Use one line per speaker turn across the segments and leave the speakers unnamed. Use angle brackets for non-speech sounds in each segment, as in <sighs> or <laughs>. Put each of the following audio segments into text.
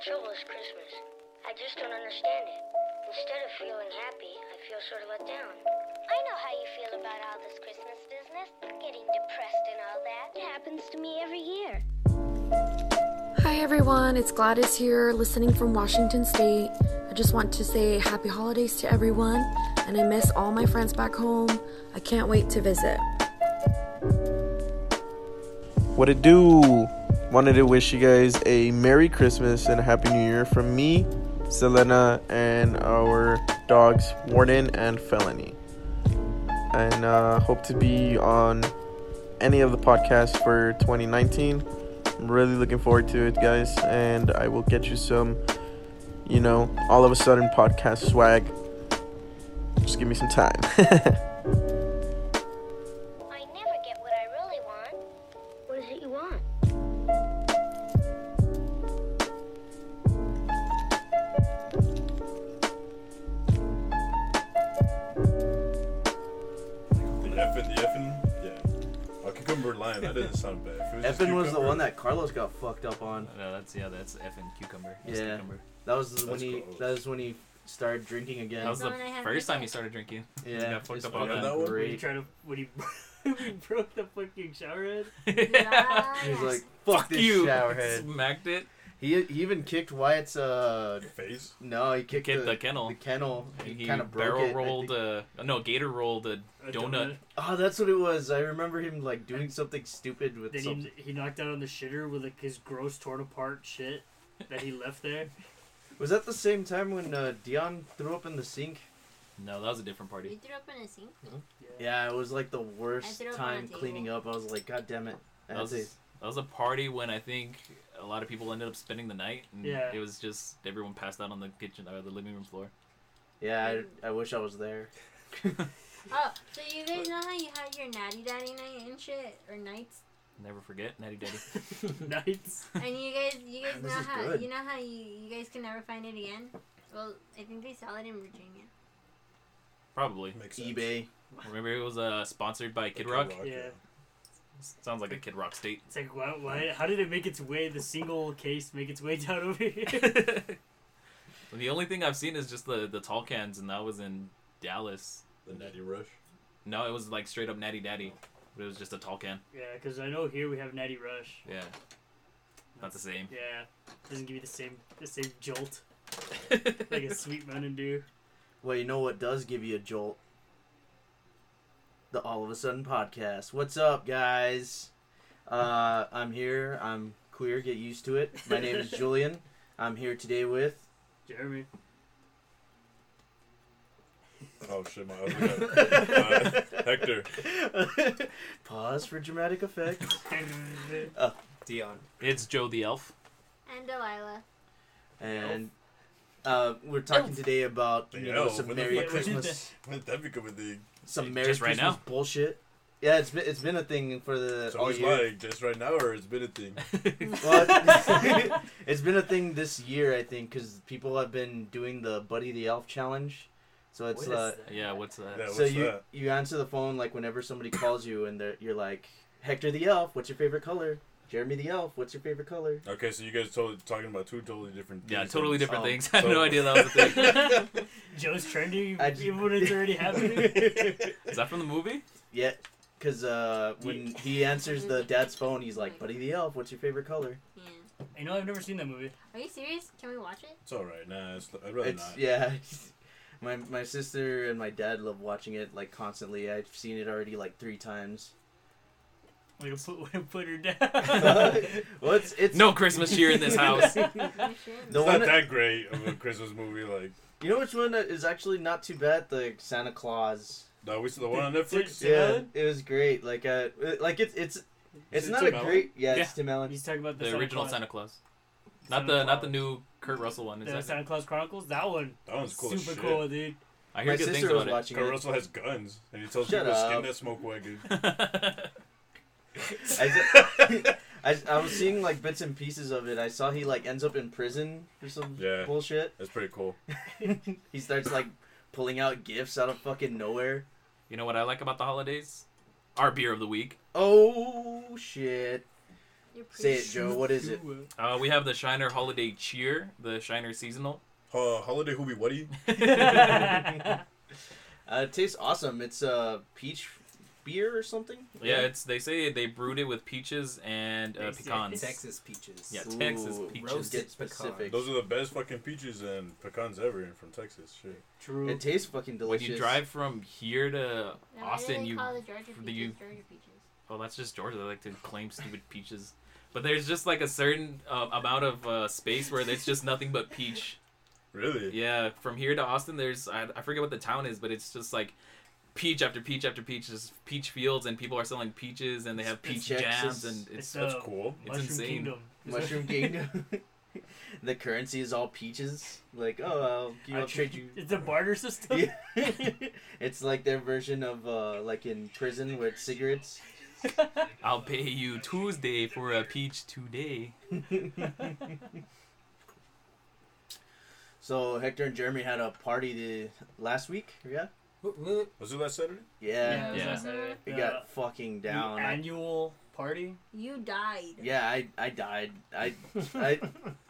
trouble is Christmas. I just don't understand it. Instead of feeling happy, I feel sort of let down.
I know how you feel about all this Christmas business, getting depressed and all that. It happens to me every year.
Hi everyone, it's Gladys here, listening from Washington State. I just want to say happy holidays to everyone, and I miss all my friends back home. I can't wait to visit.
What it do? Wanted to wish you guys a Merry Christmas and a Happy New Year from me, Selena, and our dogs Warden and Felony. And uh, hope to be on any of the podcasts for 2019. I'm really looking forward to it, guys. And I will get you some, you know, all of a sudden podcast swag. Just give me some time. <laughs>
I never get what I really want.
What is it you want?
The effing, the effing, yeah. A cucumber lime, that doesn't sound bad. If it just
Effin was the
cucumber,
one that Carlos got fucked up on.
No, that's yeah, that's effing cucumber. It's
Yeah.
cucumber.
That was when
That's
he.
close.
That was when he started drinking again.
That was the
one I had
first
with
time
it.
he started drinking. <laughs>
yeah,
got fucked
it's
up on
fucking
that one?
When he
great.
tried to when he, <laughs> when he broke the fucking shower head.
Yeah.
He was
Yes.
like, "Fuck, this
you.
showerhead."
Smacked it.
He he even kicked Wyatt's uh.
Face?
No, he kicked
Kicked
the,
the kennel.
The kennel. He,
And he
kind of broke
barrel
it, I
rolled.
think.
Uh, no, Gator rolled a
A
donut.
Oh, that's what it was. I remember him like doing something stupid with
Then
something.
he, he knocked out on the shitter with like his gross torn apart shit that he left there. <laughs>
Was that the same time when uh, Dion threw up in the sink?
No, that was a different
You
party.
threw up in a sink?
Mm-hmm. Yeah, it was like the
I
worst
threw up on
time
the table.
cleaning up. I was like, God damn it. I
That
had
was,
to-
that was a party when I think a lot of people ended up spending the night. And
Yeah.
It was just everyone passed out on the kitchen or the living room floor.
Yeah, I, I wish I was there.
Oh, so you guys know how you had your natty daddy night and shit?
<laughs>
Or nights?
Never forget, Natty Daddy.
Nights.
And you guys you guys
This
know
is
how
good.
you know how you, you guys can never find it again? Well, I think they sell it in Virginia.
Probably.
Makes sense.
eBay.
Remember it was uh, sponsored by Kid
Kid
Rock.
Rock,
Yeah.
Sounds like a Kid Rock state.
It's like why, why how did it make its way the single case make its way down over here?
the only thing I've seen is just the the tall cans, and that was in Dallas.
The Natty Rush.
No, it was like straight up Natty Daddy, but it was just a tall can.
yeah, because I know here we have Natty Rush.
Yeah, not the same.
Yeah, doesn't give you the same the same jolt like a sweet Mountain Dew.
Well, you know what does give you a jolt? The All of a Sudden podcast. What's up, guys? Uh, I'm here. I'm queer. Get used to it. My name is Julian. I'm here today with.
Jeremy,
Oh shit, my other
<laughs>
guy. uh, Hector.
Pause for dramatic effect.
Dion.
<laughs> it's Joe the Elf.
And Delilah.
And uh, we're talking today about you
Yeah,
know some
what the
Merry
fuck is <laughs>
Christmas,
Wouldn't that become a thing?
some
Just
Merry
right
Christmas
now?
bullshit. Yeah, it's been it's been a thing for the
So
all
it's
year.
like just right now, or it's been a thing.
Well, <laughs> it's been a thing this year, I think, because people have been doing the Buddy the Elf challenge. So it's uh,
<laughs> Yeah, what's that?
Yeah,
so
what's
you
that?
you answer the phone like whenever somebody calls you, and they're- you're like Hector the Elf, what's your favorite color? Jeremy the Elf, what's your favorite color?
Okay, so you guys totally talking about two totally different.
Yeah,
things.
totally different
Um,
things. <laughs> I have
so-
no idea that was a thing. <laughs>
Joe's trending
I just-
even when it's
<laughs>
already happening.
Is that from the movie?
Yeah, because uh, when he answers the dad's phone, he's like Buddy the Elf, what's your favorite color?
Yeah.
I know I've never seen that movie.
Are you serious? Can we
<laughs>
watch it?
It's all right. Nah, it's, I'd rather
It's
not.
yeah. <laughs> My, my sister and my dad love watching it like constantly. I've seen it already like three times.
Way to put way to <laughs> put her down.
<laughs> well, it's, it's
No Christmas cheer <laughs> in this house.
We should.
the
It's not
one
that great of a Christmas movie. Like,
You know which one is actually not too bad? The Santa Claus.
no, we saw the one on Netflix.
Tim Allen?
it was great. Like uh, like it's it's it's
it
not
Tim
a
Allen?
great. Yeah, it's
Yeah.
Tim Allen.
He's talking about the,
The original
Claus-
Santa Claus, not
Santa
the not the
Claus.
new Kurt Russell one.
the
Is that?
Santa Claus Chronicles. That one,
That one's cool. as
super
shit.
cool, dude.
I
My
hear good things
sister was
about it.
watching
Kurt
it.
Russell has guns, and he tells
Shut
people
up.
skin that smoke wagon.
I, s- <laughs> I s- I was seeing like bits and pieces of it. I saw he like ends up in prison or some
Yeah.
bullshit.
That's pretty cool.
He starts like pulling out gifts out of fucking nowhere.
<laughs> you know what I like about the holidays? Our beer of the week.
Oh shit!
You're pretty
Say it, Joe. What is
<laughs>
it?
Uh, we have the Shiner Holiday Cheer, the Shiner Seasonal.
Uh, holiday Hooby Wuddy.
uh, it tastes awesome. It's uh, peach beer or something.
Yeah, it's they say they brewed it with peaches and uh, pecans.
Texas peaches.
Yeah, Texas
Ooh,
peaches.
roasted
Get specific.
Those are the best fucking peaches and pecans ever and from Texas. Shit.
True.
It tastes fucking
When
delicious.
you drive <laughs> from here to
No, why do
Austin,
they
you
call the Georgia
do
peaches
you-
Georgia peaches.
well, that's just Georgia. They like to claim stupid peaches, but there's just like a certain uh, amount of uh, space where there's just nothing but peach.
Really?
Yeah, from here to Austin, there's I, I forget what the town is, but it's just like peach after peach after peach, just peach fields, and people are selling peaches, and they have
It's-
peach
it's
jams,
Texas.
and
it's
it's
uh,
That's cool.
It's
Mushroom
insane.
Kingdom.
<laughs>
<laughs>
Mushroom Kingdom. <laughs> the currency is all peaches. Like, oh, I'll, give- I'll
<laughs>
trade you. <laughs>
It's a barter system. <laughs>
Yeah. it's like their version of uh, like in prison with cigarettes. <laughs>
I'll pay you Tuesday for a peach today.
so Hector and Jeremy had a party the, last week. Yeah,
Whoop, whoop.
Was it last Saturday?
yeah.
it was
Yeah.
last night.
It
The-
got fucking
the
down. I-
annual party.
You died.
yeah, I I died. I
<laughs>
I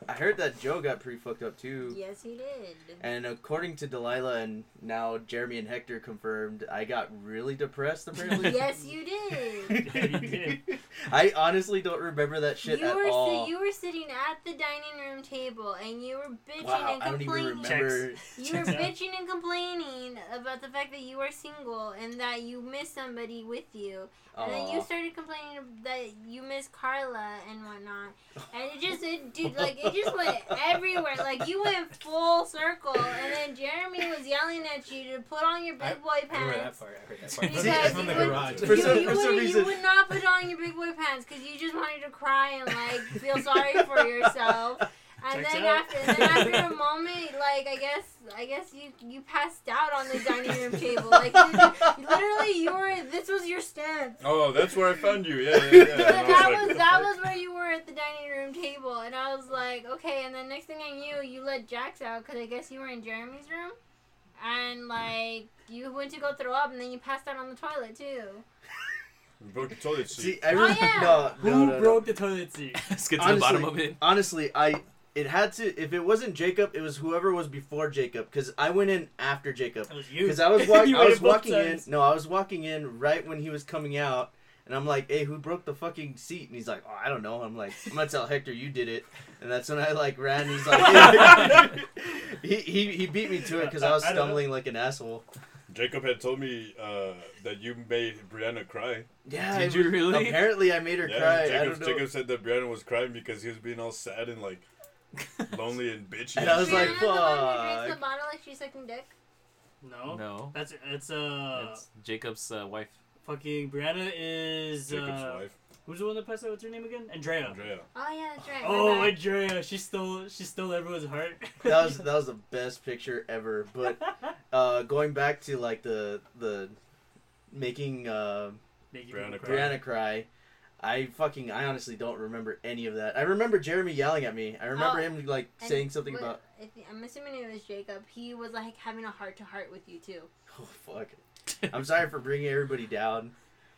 I heard that Joe got pretty fucked up too.
Yes, you did.
<laughs> And according to Delilah and now Jeremy and Hector confirmed, I got really depressed
<laughs>
apparently.
yes, you did.
did.
I honestly don't remember that <laughs> shit
you
at
were si-
all.
you were sitting at the dining room table and you were bitching
wow,
and
I don't even
complaining.
remember.
You
<laughs>
were
Checks out.
bitching and complaining about the fact that you are single and that you miss somebody with you. And then you
Aw.
started complaining that you miss Carla and whatnot. And it just, it, dude, like, it just went
<laughs>
everywhere. Like, you went full circle. And then Jeremy was yelling at you to put on your
I-
big boy
I remember that
pants.
part. I heard that
Because
part. From
you
the
would-
garage.
For
you,
some-
you
for some
would,
reason-
you would not put on your big boy pants because you just wanted to cry and like feel sorry
<laughs>
for yourself. And
Checks
then
out.
after, and then after a moment, like I guess, I guess you you passed out on the dining room table. Like you, literally, you were. This was your stance.
Oh, that's where I found you. Yeah, yeah, <laughs> yeah.
So
And <laughs> I was like,
that was
"The
that
fuck?"
was where you were at the dining room table, and I was like, okay. And then next thing I knew, you let Jax out because I guess you were in Jeremy's room, and like you went to go throw up, and then you passed out on the toilet too.
We broke the toilet
See,
seat.
I really
yeah.
no,
Who
no, no, no.
broke the toilet seat?
<laughs> Let's get to
honestly,
the bottom of it.
Honestly, I it had to if it wasn't Jacob, it was whoever was before Jacob because I went in after Jacob.
That was you.
Because I was walk-
<laughs> You
I was
waited both
walking in.
sides.
No, I was walking in right when he was coming out, and I'm like, "Hey, who broke the fucking seat?" And he's like, "Oh, I don't know." I'm like, "I'm gonna tell Hector you did it," and that's when I like ran. And he's like, <laughs>
<laughs>
he, he he beat me to it because I was
I don't know.
stumbling like an asshole.
Jacob had told me uh, that you made Brianna cry.
Yeah,
Did
it
you
was-
really?
Apparently, I made her
Yeah,
cry. I
Jacob,
don't know.
Jacob said that Brianna was crying because he was being all sad and like lonely and bitchy.
And I was
Is
like,
Brianna the one who drinks
"Fuck."
the bottle like she's sucking dick.
No.
No,
That's it's uh
it's Jacob's uh, wife.
fucking Brianna is
Jacob's
uh,
wife,
who's the one that passed out? What's her name again? Andrea.
Andrea.
Oh yeah, that's right. my
Oh,
bad.
Andrea, she stole she stole everyone's heart.
<laughs> that was that was the best picture ever. But uh, going back to like the the making uh,
Making
Brianna
people cry.
Cry.
Brianna cry, I fucking I honestly don't remember any of that. I remember Jeremy yelling at me. I remember
Oh,
him like
And
saying something
what-
about <laughs>
I thi- I'm assuming it was Jacob. He was like having a heart to heart with you too.
oh
<laughs>
fuck. I'm sorry for bringing everybody down,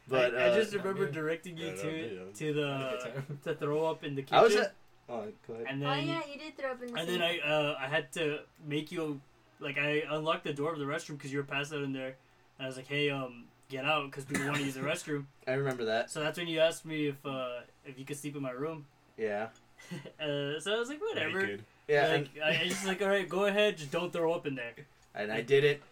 but
I, I
uh,
just
not
remember
me.
directing you
Yeah, not me,
to
yeah.
to
Look at
<laughs>
the
him.
to throw up in the kitchen,
I was at, oh, go ahead.
and then
oh yeah, you did throw up in the
and then
sink.
I uh, I had to make you like I unlocked the door of the restroom because you were passed out in there, and I was like, hey, um, get out because people want to use
<laughs>
the restroom.
I remember that.
So that's when you asked me if uh, if you could sleep in my room.
Yeah,
<laughs> Uh, so I was like, whatever.
Naked.
yeah,
Like, I, I
and, <laughs>
just like, all right, go ahead, just don't throw up in there.
and I did it.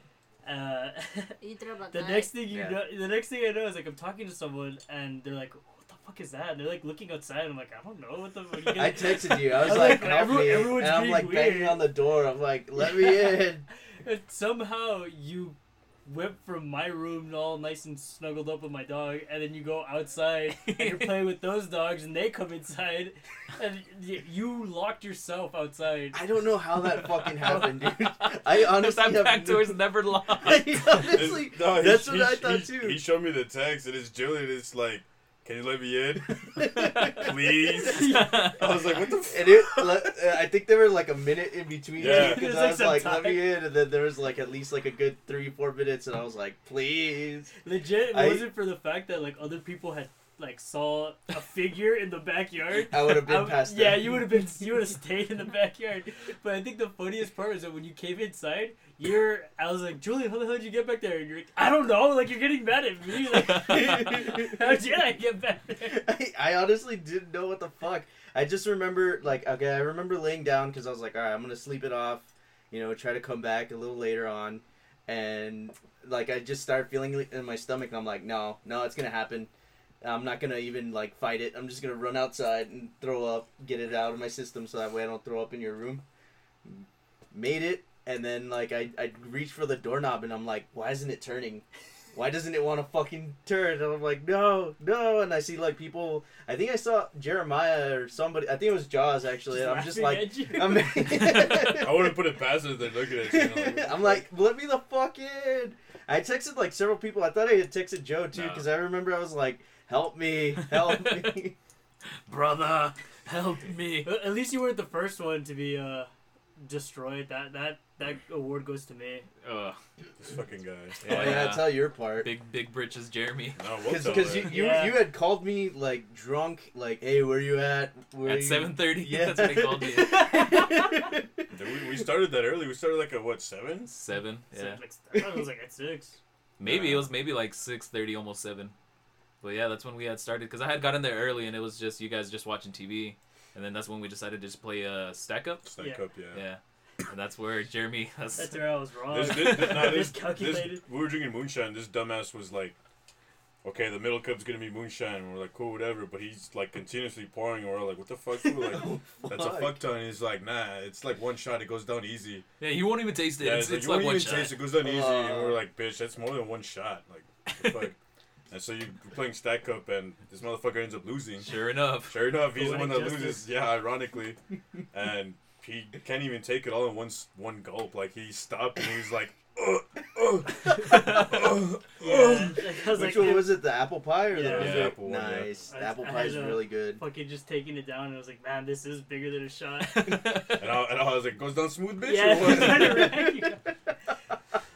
Uh, <laughs>
you threw up.
The next thing you
Yeah.
know, the next thing I know is like I'm talking to someone and they're like, "What the fuck is that?" And they're like looking outside. And I'm like, "I don't know what the fuck." You
I
guys-"
texted you.
<laughs>
I was
I'm
like,
"Well,
help
everyone-
me,
everyone's
and I'm
being
like banging
weird."
on the door. I'm like, let me in.
<laughs> And somehow you went from my room all nice and snuggled up with my dog, and then you go outside and you're playing with those dogs, and they
<laughs>
come inside, and y- you locked yourself outside.
I don't know how that fucking happened,
<laughs>
dude. I honestly
<laughs> that
have
back
no-
door's never locked.
<laughs> I honestly,
It's- no, he-
that's what
he-
I thought
he-
too.
He showed me the text and it's Jillian. It's like, can you let me
<laughs>
in,
<laughs>
please? I
I
was like, what the? F-?
and it, le- uh, I think there were like a minute in between
Yeah.
<laughs>
because
It's
I
like
was
some
like,
time.
"Let me in," and then there was like at least like a good
<laughs>
three, four minutes, and I was like, "Please." <laughs>
Legit, it
I-
wasn't for the fact that like other people had like saw a figure in the backyard,
I would've been
would-
past
Yeah,
that.
you would have been. You would have stayed in the backyard. But I think the funniest part was that when you came inside, you're. I was like, Julian, how the hell did you get back there? And you're like, I don't know. Like you're getting mad at me. Like, <laughs> how did I get back there?
I, I honestly didn't know what the fuck. I just remember, like, okay, I remember laying down because I was like, all right, I'm gonna sleep it off, you know, try to come back a little later on, and like I just start feeling it in my stomach, and I'm like, no, no, it's gonna happen. I'm not gonna even like fight it. I'm just gonna run outside and throw up, get it out of my system, so that way I don't throw up in your room. Made it, and then like I I reached for the doorknob, and I'm like, why isn't it turning? why doesn't it want to fucking turn? And I'm like, no, no. And I see like people. I think I saw Jeremiah or somebody. I think it was Jaws actually. and I'm just like,
laughing at you.
I'm, <laughs>
<laughs> I wouldn't put it past her if they're looking at you. you know,
<laughs> I'm like, let me the fuck in. I texted like several people. I thought I had texted Joe too
No.
because I remember I was like, help me, help me.
<laughs>
<laughs>
brother, help me.
But at least you weren't the first one to be uh, destroyed. That that that award goes to me.
Ugh.
This fucking guy.
Oh yeah, tell your part.
Big big britches, Jeremy.
No, we'll tell
Because you,
her.
you,
Yeah.
you had called me like drunk, like, hey, where you at? Where
At
you- <laughs>
seven thirty,
Yeah.
that's what he
<laughs>
called you.
Dude, we, we started that early. We started like at what seven?
Seven.
So,
Yeah.
like, I thought it was like at six.
Maybe it was maybe like six thirty, almost seven. But yeah, that's when we had started because I had gotten there early and it was just you guys just watching TV, and then that's when we decided to just play uh, stack up.
Stack
Yeah.
up, yeah.
Yeah. And that's where Jeremy. <laughs> That's,
That's where I was wrong.
This, this,
<laughs>
this, no, this, <laughs>
Miscalculated.
this- we were drinking moonshine. This dumbass was like, "Okay, the middle cup's gonna be moonshine." And we're like, "Cool, whatever." But he's like continuously pouring, and we're like, "What the fuck?" We
<laughs>
We're like, "That's a
fuck.
fuck ton." And he's like, "Nah, it's like one shot. It goes down easy."
yeah, you won't even taste it.
Yeah,
it's,
it's,
it's
like,
like
you
one
won't even
shot.
taste it. It goes down easy.
Uh.
And we're like, "Bitch, that's more than one shot." Like, what the fuck. And so you're playing stack up, and this motherfucker ends up losing. <laughs>
Sure enough.
Sure enough, he's the one
Poetic
that
justice.
loses. Yeah, ironically, and he can't even take it all in one s- one gulp. Like he stopped and he was like, "Uh, "Ugh, ugh, ugh,
Yeah,
ugh."
<laughs> like, I was
Which
like,
one was it? The apple pie or
Yeah.
the
Yeah, apple one, yeah.
Nice.
I-
The apple
I
pie is
had a-
really good.
fucking just taking it down, and I was like, man, this is bigger than
<laughs>
a shot.
Oh,
And I, and I was like, "Goes down smooth, bitch."
yeah,
or what?"
<laughs>
<laughs>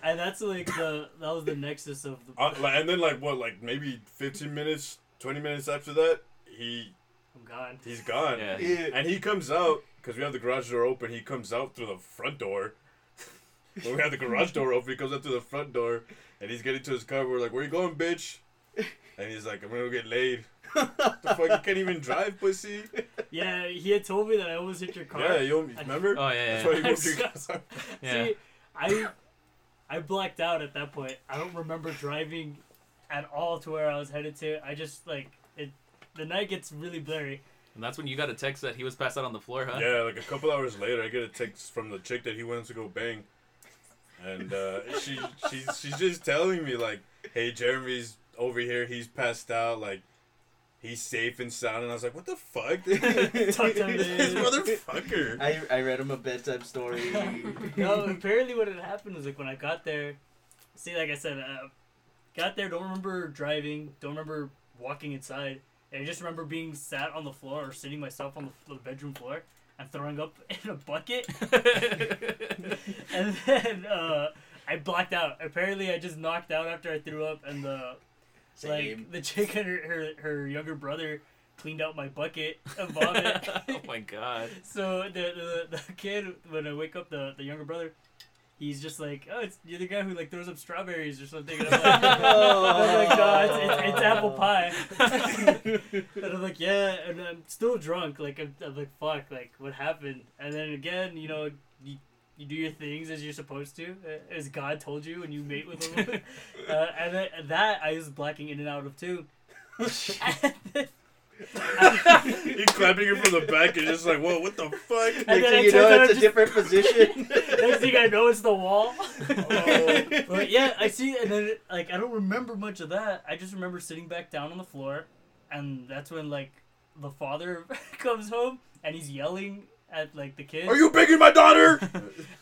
and that's like the that was the nexus of the.
Uh, like, and then like what? Like maybe fifteen minutes, twenty minutes after that, he
I'm gone.
he's gone.
Yeah.
<laughs> Yeah.
And he comes out because we have the garage door open. He comes out through the front door. <laughs> when we have the garage door open, he comes out through the front door, and he's getting to his car. We're like, "Where you going, bitch?" And he's like, "I'm gonna go get laid." <laughs> the fuck, you can't even drive, pussy.
Yeah, he had told me that I almost hit your car.
Yeah, you remember?
Oh yeah.
That's why
yeah. <laughs>
you
I'm
moved your
so-
car.
Yeah.
See, I I blacked out at that point. I don't remember driving at all to where I was headed to. I just like it. The night gets really blurry.
And that's when you got a text that he was passed out on the floor, huh?
Yeah, like a couple hours later, I get a text from the chick that he wants to go bang, and uh, she she's she's just telling me like, "Hey, Jeremy's over here. He's passed out. Like, he's safe and sound." And I was like, "What the fuck, <laughs> this
<laughs>
Talk to me.
motherfucker?"
I, I read him a bedtime story. <laughs>
no, apparently what had happened was like when I got there. See, like I said, uh, got there. Don't remember driving. Don't remember walking inside. And I just remember being sat on the floor or sitting myself on the, the bedroom floor and throwing up <laughs> in a bucket. and then uh, I blacked out. Apparently, I just knocked out after I threw up, and the
Same.
like the chick and her, her her younger brother cleaned out my bucket of vomit.
<laughs> oh my god.
So the, the the kid when I wake up the the younger brother, he's just like, oh, it's you're the guy who like throws up strawberries or something. And I'm like, I'm like, no, it's, it's, it's apple pie. and I'm like, yeah, and I'm still drunk. Like I'm, I'm like, fuck, like what happened? And then again, you know, you, you do your things as you're supposed to, uh, as God told you, and you mate with a woman. uh, and then, that I was blacking in and out of too.
<laughs>
and then,
He's clapping her from the back and just like, "Whoa, what the fuck?"
Next
and then
thing
it
you
turns
know,
out
it's a
just-
different position.
Next thing I know, it's the wall.
Oh.
<laughs> but yeah, I see, and then like I don't remember much of that. I just remember sitting back down on the floor, and that's when like the father <laughs> comes home and he's yelling at like the kids.
Are you banging my daughter?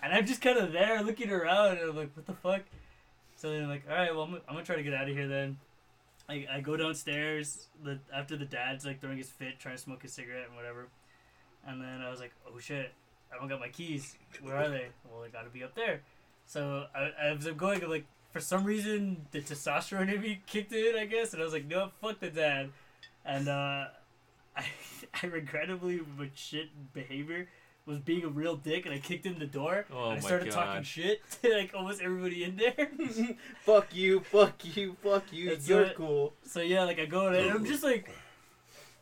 And I'm just kind of there looking around, and I'm like, what the fuck? So then I'm like, all right, well I'm, gonna- I'm gonna try to get out of here then. I, I go downstairs the, after the dad's like throwing his fit, trying to smoke his cigarette and whatever. And then I was like, oh shit, I don't got my keys. Where are they? <laughs> Well, they gotta be up there. So I, as I'm going, I'm like, for some reason, the testosterone in me kicked in, I guess. And I was like, no, fuck the dad. and uh, <laughs> I, I regrettably but shit behavior was being a real dick, and I kicked in the door.
Oh
and I
my
started talking
God.
shit <laughs> to like almost everybody in there.
<laughs> Fuck you, fuck you, fuck you.
That's
You're
it. <laughs>
cool.
so yeah, like I go in, and
Oh.
I'm just like,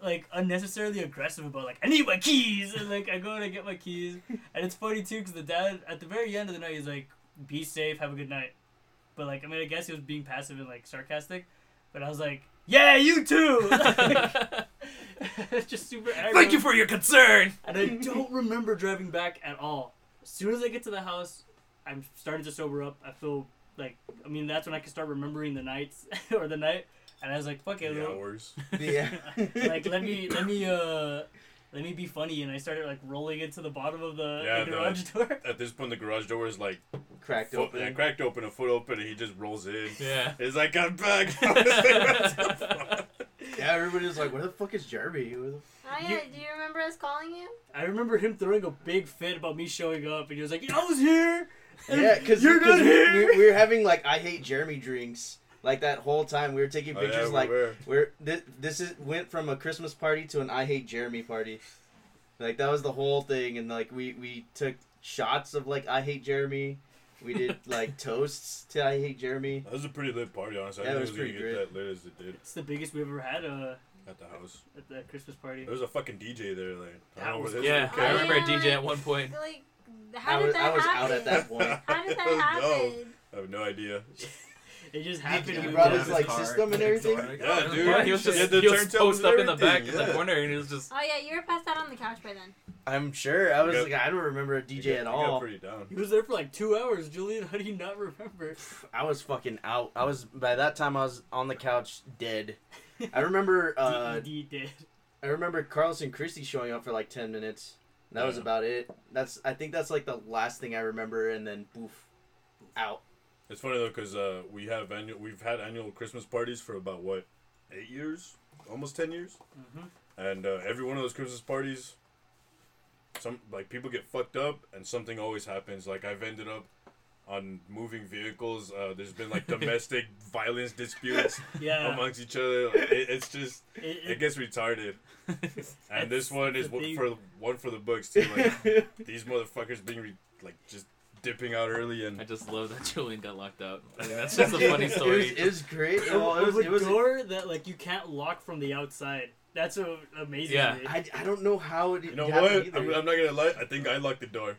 like unnecessarily aggressive about like I need my keys, and like I go and I get my keys, and it's funny too because the dad at the very end of the night he's like, "Be safe, have a good night," but like I mean I guess he was being passive and like sarcastic, but I was like, "Yeah, you too." <laughs>
<laughs>
just super.
Thank
aggro.
you for your concern.
And I don't remember driving back at all. As soon as I get to the house, I'm starting to sober up. I feel like, I mean, that's when I can start remembering the nights <laughs> or the night. And I was like, fuck it.
The
I'll-
hours.
Yeah.
like, let me,
<laughs>
let me, uh, let me be funny. And I started like rolling into the bottom of the,
Yeah,
the
the-
garage door. <laughs>
At this point, the garage door is like
<laughs> cracked
foot,
open.
yeah, cracked open, a foot open, and he just rolls in.
Yeah.
He's like, I'm back. <laughs> I
Yeah, everybody was like, "Where the fuck is Jeremy?" Where the
Oh yeah, do you remember us calling you?
I remember him throwing a big fit about me showing up. And he was like, I was here. And
Yeah, because
you're not here.
We, we were having like I hate Jeremy drinks like that whole time. We were taking
Oh, yeah,
pictures
we
like
were.
where this, this is went from a Christmas party to an I hate Jeremy party. Like that was the whole thing, and like we we took shots of like I hate Jeremy. We
<laughs>
did like toasts to I hate Jeremy.
That was a pretty lit party, honestly.
Yeah,
I
it
didn't
was
think it was
pretty
going to get that lit as it did
It's the biggest we ever had uh,
at the house.
at the Christmas party.
There was a fucking DJ there. Like, I
That
don't know
was-
where this
Yeah,
was
Oh,
I
going. <laughs>
remember a
yeah,
DJ at
like-
one point.
Like,
I
how did
was-
that
I was
happen?
out at that Oh, point.
<laughs> How
<laughs>
did that
It was
happen?
dumb. I have no idea.
it just
He,
happened.
he
and we
brought
were
his
just-
like
<laughs>
system and everything.
Yeah, dude.
Yeah, he was
Yeah,
just
the
he was
turntables
post
and
up in the back
everything,
in the
yeah.
corner, and it was just
Oh yeah, you were passed out on the couch by then.
I'm sure. I was
Yeah.
like, I don't remember a DJ
He got-
at
he
all.
Got pretty down.
He was there for like two hours, Julian. How do you not remember?
I was fucking out. I was by that time I was on the couch dead. <laughs> I remember uh,
D did.
I remember Carlson Christie showing up for like ten minutes. That was
Yeah.
about it. That's I think that's like the last thing I remember, and then poof, <laughs> out.
It's funny though, because uh, we have annual, we've had annual Christmas parties for about what, eight years, almost ten years,
Mhm.
and uh, every one of those Christmas parties, some like people get fucked up, and something always happens. Like I've ended up on moving vehicles. Uh, there's been like domestic violence disputes
Yeah.
amongst each other. Like, it, it's just
It-
Oh it
it-
gets retarded. And this one is
the
one
thing.
for one for the books too.
<laughs>
Like these motherfuckers being re- like just dipping out early and
I just love that <laughs> Julian got locked out. I think that's just a funny
It was,
story. <laughs>
it was great.
it
Well, it was,
was a
it was,
door that like you can't lock from the outside. That's what amazes
Yeah.
me.
I, I don't know how it.
You know
happened
what?
Either.
I'm, I'm not gonna lie. I think I locked the door.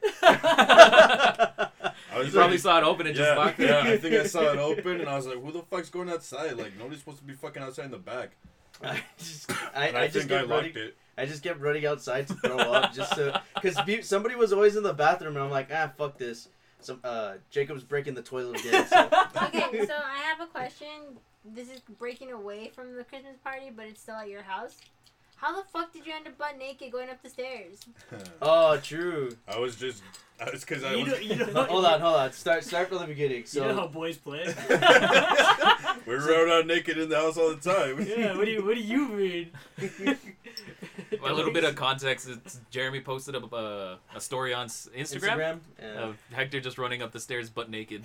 I was
You probably
like-
saw it open and just
yeah,
locked it.
yeah, <laughs> I think I saw it open, and I was like, "Who the fuck's going outside? Like nobody's supposed to be fucking outside in the back."
<laughs> I just I,
And
I,
I,
just
think I
kept
locked
running,
it.
I just kept running outside to throw up just so because somebody was always in the bathroom, and I'm like, ah, fuck this. Some uh, Jacob's breaking the toilet again. So.
<laughs>
<laughs>
Okay, so I have a question. This is breaking away from the Christmas party, but it's still at your house. How the fuck did you end up butt naked going up the stairs?
oh, true.
I was just, I was because I
You know,
was.
you know,
Hold on, hold on. Start start from the beginning.
You
So
know how boys play.
<laughs>
<laughs>
We were out around naked in the house all the time.
<laughs> yeah. What do you What do you mean?
<laughs> A little bit of context: it's Jeremy posted up a, a story on s- Instagram,
Yeah.
of Hector just running up the stairs butt naked.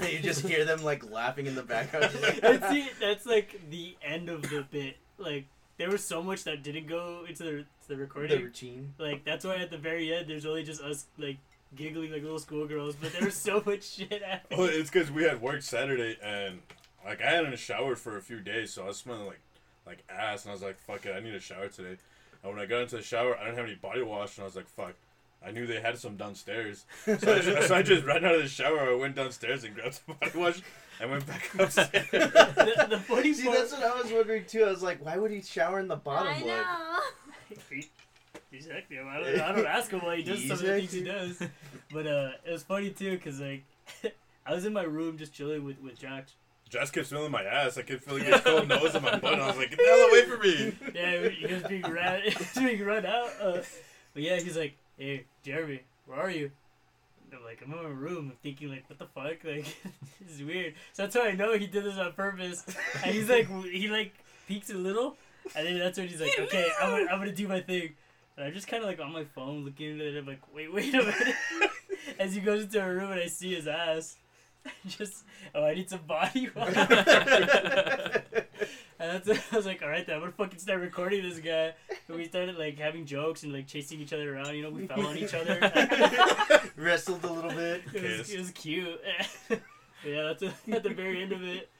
you just hear them like laughing in the
<laughs>
background.
<laughs> that's it. That's like the end of the bit. Like there was so much that didn't go into the, to the
the
recording.
routine.
Like that's why at the very end there's only just us like giggling like little schoolgirls, but there was so <laughs> much shit
<laughs>
happening.
Well, it's because we had work Saturday, and like I hadn't showered for a few days, so I was smelling like, like ass, and I was like, "Fuck it, I need a shower today." And when I got into the shower, I didn't have any body wash, and I was like, "Fuck." I knew they had some downstairs, so I, just,
<laughs>
so I just ran out of the shower. I went downstairs and grabbed some body wash, and went back <laughs> upstairs.
the, the funny
See,
part,
that's what I was wondering too. I was like, why would he shower in the bottom
I
lip?
know.
He's hectic. I don't, <laughs> I don't ask him why he does
He's
some of the things he
hectic.
does. But uh, it was funny too, cause like <laughs> I was in my room just chilling with with Josh.
Josh kept smelling my ass. I kept feeling his cold nose on my butt. I was like, get the hell away from me.
Yeah, he was being ran, <laughs> he was being run out. Uh, but yeah, he's like, "Hey, Jeremy, where are you?" And I'm like, "I'm in my room." I'm thinking like, "What the fuck?" <laughs> Like, this is weird. So that's how I know he did this on purpose. And he's like, he like peeks a little, and then that's when he's like, "Okay, I'm gonna, I'm gonna do my thing." And I'm just kind of like on my phone looking at it. I'm like, "Wait, wait a minute." As he goes into a room and I see his
<laughs>
<laughs> ass. Just oh, I need some body wash. And that's <laughs> it. I was like, all right, then I'm gonna fucking start recording this guy. And we started like having jokes and like chasing each other around. You know, we fell on each other.
<laughs>
<laughs>
Wrestled a little bit.
it, was, it was cute. <laughs> But yeah, that's <laughs> it. at the very end of it.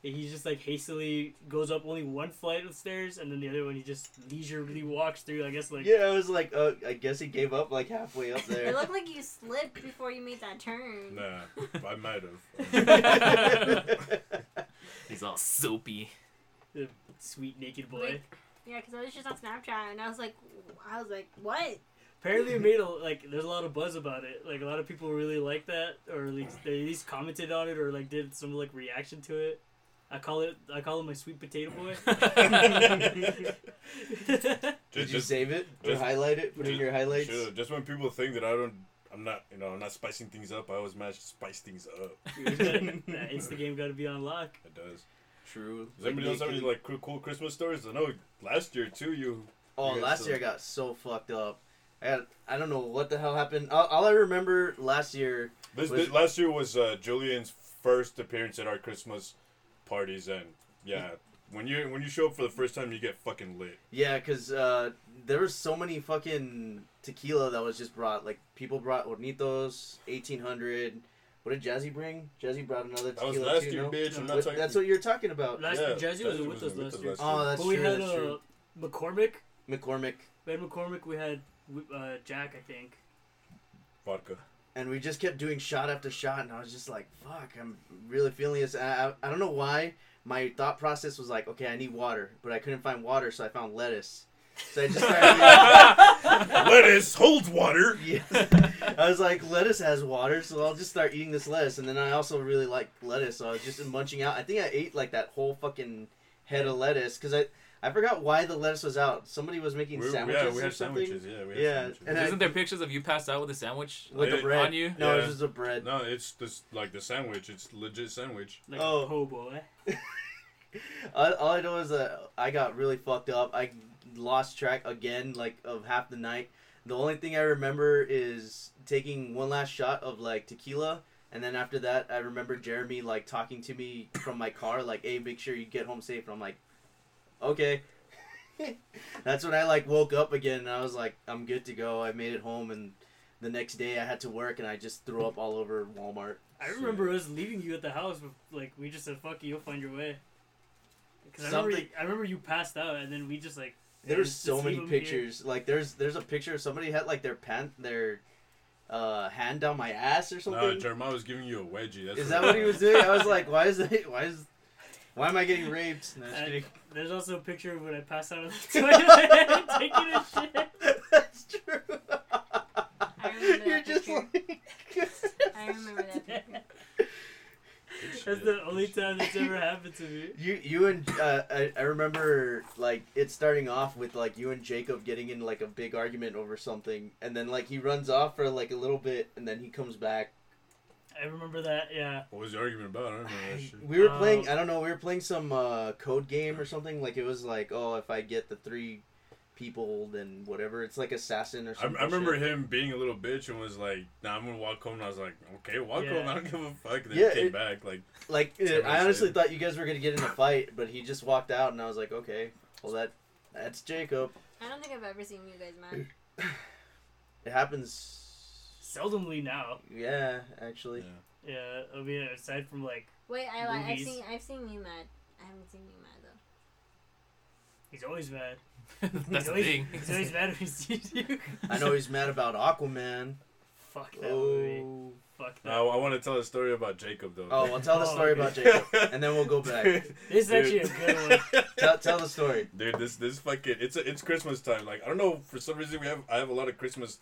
He just like hastily goes up only one flight of stairs, and then the other one he just leisurely walks through. I guess like
Yeah, I was like, uh, I guess he gave up like halfway up
<laughs> It
there.
looked like you slipped before you made that turn.
Nah, I might have. <laughs> Um,
He's all soapy.
the sweet naked boy.
Yeah, because I was just on Snapchat and I was like, I was like, what?
Apparently, it made a, like there's a lot of buzz about it. Like a lot of people really like that, or at least they at least commented on it, or like did some like reaction to it. I call it I call it my sweet potato boy.
Did
Just-
you
just-
save it or
just-
highlight it? Put in
just-
your highlights.
Sure, just when people think that I don't, I'm not, you know, I'm not spicing things up. I always manage to spice things up.
that Insta game got to be on lock.
It does.
True.
Does anybody else have any like cool, cool Christmas stories? I know last year too. You
Oh,
Okay,
last
so-
year I got so fucked up. I got, I don't know what the hell happened. All, all I remember last year,
this,
Was-
this- last year was uh, Julian's first appearance at our Christmas parties, and yeah, when you when you show up for the first time, you get fucking lit.
yeah, because uh, there was so many fucking tequila that was just brought. Like people brought Hornitos, eighteen hundred. What did Jazzy bring? Jazzy brought another
That was
tequila
last
too,
year,
no?
bitch. I'm not
What-
talking.
that's what you're talking about.
Last
Yeah,
Jazzy
Jazzy
wasn't with us
wasn't
last
with
year.
us
Oh, that's
but we
true.
had
that's
uh,
true.
McCormick,
McCormick,
Ben McCormick. We had uh, Jack, I think.
Vodka.
and we just kept doing shot after shot, and I was just like, "Fuck, I'm really feeling this." And I, I, I don't know why my thought process was like, "Okay, I need water," but I couldn't find water, so I found lettuce. So I just started.
<laughs>
<laughs> Lettuce holds water.
Yeah. <laughs> I was like, lettuce has water, so I'll just start eating this lettuce. And then I also really like lettuce, so I was just munching out. I think I ate like that whole fucking head of lettuce because I I forgot why the lettuce was out. Somebody was making
We-
sandwiches
yeah, we
or
had
something.
sandwiches. Yeah, we had
Yeah,
sandwiches.
and I-
Isn't there pictures of you passed out with a sandwich?
With the
On
bread.
you? <laughs>
No, it
Yeah.
was just a bread.
no, it's this like the sandwich. It's legit sandwich.
Like
Oh.
oh. hobo, eh?
All, all I know is that I got really fucked up. I lost track again, like of half the night. The only thing I remember is taking one last shot of like tequila, and then after that, I remember Jeremy like talking to me from my car, like, "Hey, make sure you get home safe." And I'm like, "Okay." <laughs> That's when I like woke up again, and I was like, "I'm good to go." I made it home, and the next day I had to work, and I just threw up all over Walmart.
I remember us leaving you at the house. With, like we just said, "Fuck you, you'll find your way." Because I remember,
Something-
I remember you passed out, and then we just like
There's
just
so
leave
many
them here.
pictures. Like there's there's a picture of somebody had like their pant their uh hand down my ass or
No,
something.
Jeremiah was giving you a wedgie. That's
is that what he was doing? I was like, why is that why is why am I getting raped? No, just
And
<laughs>
kidding.
there's also a picture of when I passed out on
<laughs>
the toilet <laughs> taking a shit.
That's true.
I remember
You're
that
just
picture.
like
I remember <laughs> that picture.
That's the only time that's ever happened to me.
You you and uh, I, I remember like it starting off with like you and Jacob getting in like a big argument over something and then like he runs off for like a little bit and then he comes back
I remember that. Yeah,
What was the argument about? I don't remember that shit.
We were
Um,
Oh.
playing. I don't know. We were playing some uh, code game or something. Like it was like, oh, if I get the three people, then whatever. It's like assassin or
I,
something.
I remember him being a little bitch and was like, "Nah, I'm gonna walk home." And I was like, "Okay, walk
Yeah.
home. I don't give a fuck." And then
Yeah,
he came
it-
back like,
Like
That's what
I
I
honestly
said.
thought you guys were gonna get in a fight, but he just walked out, and I was like, okay, well that that's Jacob.
I don't think I've ever seen you guys mad.
It happens.
seldomly now.
Yeah, actually.
Yeah.
Yeah, I mean, aside from like
Wait, I lied. I've
Movies.
seen, I've seen you mad. I haven't seen you mad though.
he's always mad.
That's
he's
the
always,
thing.
He's always mad when he sees you.
I know he's mad about
<laughs>
Aquaman.
Fuck that movie.
Oh,
Fuck that.
I, I want to tell a story about Jacob though.
oh, well, tell the
Oh,
story
<laughs>
okay.
about Jacob, and then we'll go back.
This is
Dude.
actually a good one.
tell, tell the story.
Dude, this this fucking it's it's Christmas time. Like I don't know for some reason we have I have a lot of Christmas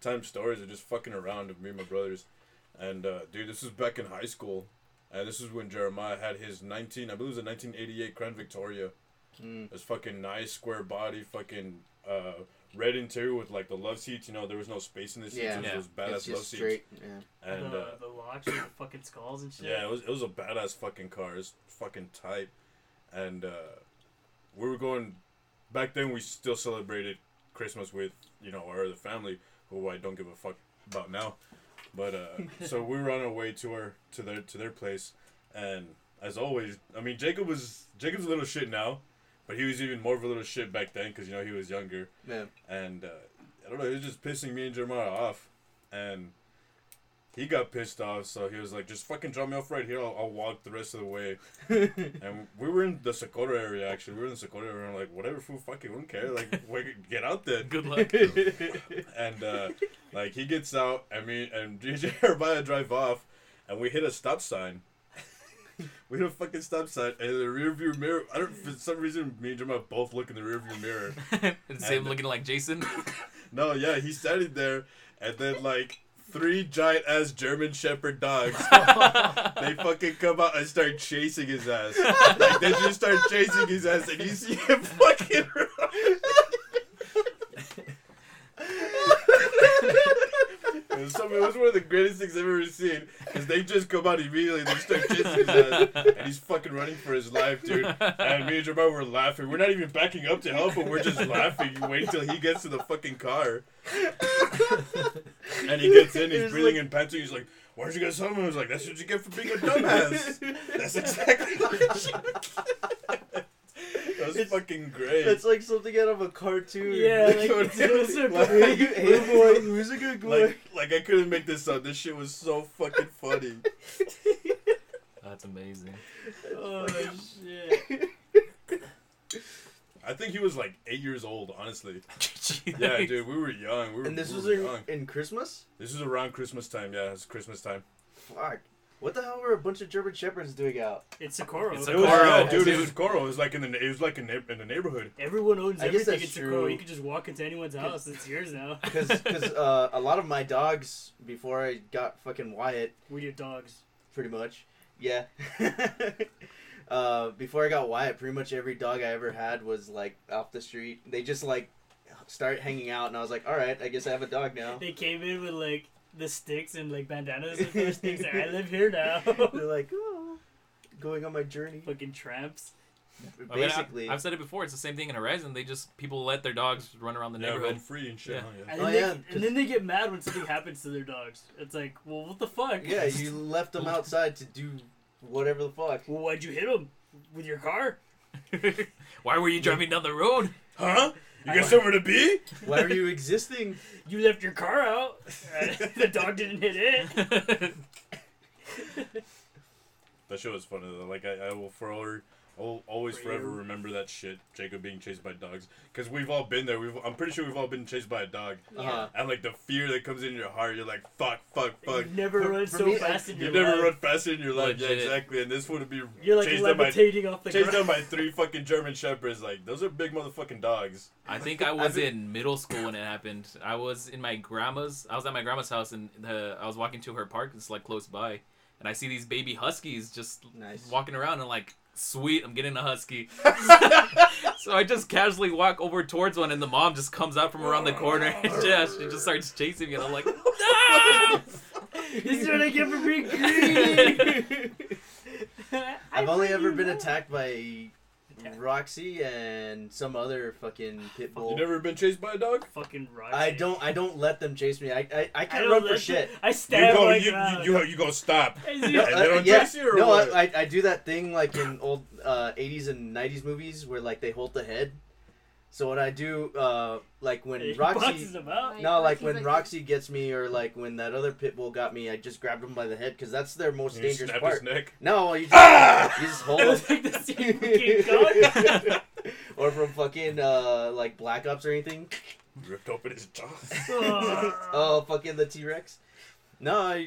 time stories of just fucking around of me and my brothers. And uh, dude, this was back in high school, and this is when Jeremiah had his nineteen I believe it was a nineteen eighty eight Crown Victoria.
Mm.
This fucking nice square body, fucking uh, red interior with like the love seats. You know there was no space in the seats. it
Yeah.
was
Yeah.
those
It's
badass love
just
seats.
straight. Yeah.
And
the,
uh,
the locks with the fucking skulls and shit.
yeah, it was it was a badass fucking car. It's fucking tight, and uh, we were going. Back then, we still celebrated Christmas with you know our other family, who I don't give a fuck
<laughs>
about now. But uh, so we were on our way to our to their to their place, and as always. I mean, Jacob was Jacob's a little shit now, but he was even more of a little shit back then because you know he was younger.
Yeah.
and uh, I don't know, he was just pissing me and Jeremiah off, and he got pissed off, so he was like, "Just fucking drop me off right here. I'll, I'll walk the rest of the way." and we were in the Socorro area actually. We were in the Socorro area, and I'm like, "Whatever, fool, fucking, we don't care. Like, <laughs> we- get out there."
<laughs> Good luck.
and uh, like he gets out, and me and <laughs> DJ Jeremiah drive off, and we hit a stop sign. <laughs> we hit a fucking stop sign, and the rearview mirror. I don't for some reason me and Jeremiah both look in the rearview mirror.
<laughs> and Sam
And-
looking like
<coughs>
Jason.
No, yeah, he's standing there, and then like three giant ass German Shepherd dogs, <laughs> they fucking come out and start chasing his ass. Like they just start chasing his ass, and you see him <laughs> fucking. <laughs>
<laughs>
It was, some, it was one of the greatest things I've ever seen. Because they just come out immediately, they start chasing his ass, and he's fucking running for his life, dude. And me and Jermaine were laughing. We're not even backing up to help him. We're just laughing. You wait until he gets to the fucking car. and he gets
<laughs>
in. He's
There's
breathing
like-
and panting. He's like, "Where'd you get some?" And I was like, "That's what you get for being a <laughs>
<laughs>
dumbass." That's exactly what you get. That was
It's-
fucking great.
That's like something out of a cartoon. <laughs>
Yeah, like, <laughs>
What
it's a little
is it?
surprise.
Why are you <laughs> a boy? Who's a good boy?
like, like I couldn't make this up. This shit was so fucking funny.
<coughs> That's <laughs> amazing.
Oh shit.
I think he was like eight years old,
<laughs>
honestly. Yeah,
Jeez.
dude, we were young. We were,
and this
we
was
were
in,
young.
in Christmas?
This was around Christmas time. Yeah, it's Christmas time.
Fuck. What the hell were a bunch of German Shepherds doing out?
It's Socorro.
It's
It
Socorro.
was, yeah,
Goro,
dude, it
dude.
was Goro. It was like in the it was like in, the- in the neighborhood.
Everyone owns
I guess
everything in
that's
Socorro.
true.
You can just walk into anyone's house. It's yours now.
<laughs> Because
<laughs>
uh, a lot of my dogs, before I got fucking Wyatt,
We're your dogs.
pretty much. Yeah. <laughs> uh, before I got Wyatt, pretty much every dog I ever had was like off the street. They just like start hanging out, and I was like, all right, I guess I have a dog now.
They came in with like the sticks and like bandanas and first things. Like, I live
<laughs>
here now. <laughs>
They're like, oh, going on my journey.
Fucking tramps.
I mean, I-
Basically,
I've said it before. It's the same thing in Horizon. They just people let their dogs run around the
Yeah, roam
neighborhood.
free and shit.
Yeah.
huh, yeah.
And
Oh,
then, they,
yeah,
and then they get mad when something happens to their dogs. It's like, well, what the fuck? <laughs>
yeah, you left them outside to do whatever the
<laughs>
fuck.
Well, why'd you hit him with
<laughs>
your car?
Why were you driving down
<laughs>
the road?
Huh? You
I-
got somewhere to be?
Why are you
<laughs>
existing?
You left your car out. <laughs> the dog didn't hit it.
That shit was funny though. Like I, I will forever, I will always forever remember that shit. Jacob being chased by dogs because we've all been there. We've I'm pretty sure we've all been chased by a dog.
Uh-huh.
And like the fear that comes in your heart, you're like fuck, fuck, fuck.
You've never
For-
run
for
so
me,
fast in
You
your
never
life.
run faster in your life. Yeah,
Legit.
exactly. And this would be
You're like
chased down by
levitating off the
chased down
ground. <laughs>
by three fucking German shepherds. Like those are big motherfucking dogs.
I think I was
I've-
in middle school when it happened. I was in my grandma's. I was at my grandma's house and the, I was walking to her park. It's like close by, and I see these baby huskies just
Nice.
walking around and like, sweet, I'm getting a husky. <laughs> so I just casually walk over towards one, and the mom just comes out from around the corner. And <laughs> yeah, she just starts chasing me, and I'm like, <laughs> no!
this is what I get for being greedy.
<laughs> I've only ever been attacked by Roxy and some other
<sighs>
fucking pit bull.
You never been chased by a dog?
Fucking right.
I don't. I don't let them chase me. I. I, I
I
can't
don't
run for
let-
shit.
I
You
stab
go,
like
you,
that. <laughs>
you, you, you go stop.
Is
No,
it-
And they don't chase you or
no,
what?
I, I I do that thing like in old uh, '80s and '90s movies where like they hold the head. So what I do, uh, like when
<laughs> it
Roxy,
boxes them out.
no, like
Roxy's
when
like-
Roxy gets me, or like when that other pit bull got me, I just grabbed him by the head because that's their most
You
dangerous
snap
part.
his Ah! neck.
No, you just,
<laughs>
you just
<laughs>
hold
It
him.
was like the same fucking
<laughs>
dog.
or from fucking uh, like Black Ops or anything.
<laughs> Ripped open his jaw. Ah.
Oh, fucking the T Rex. No,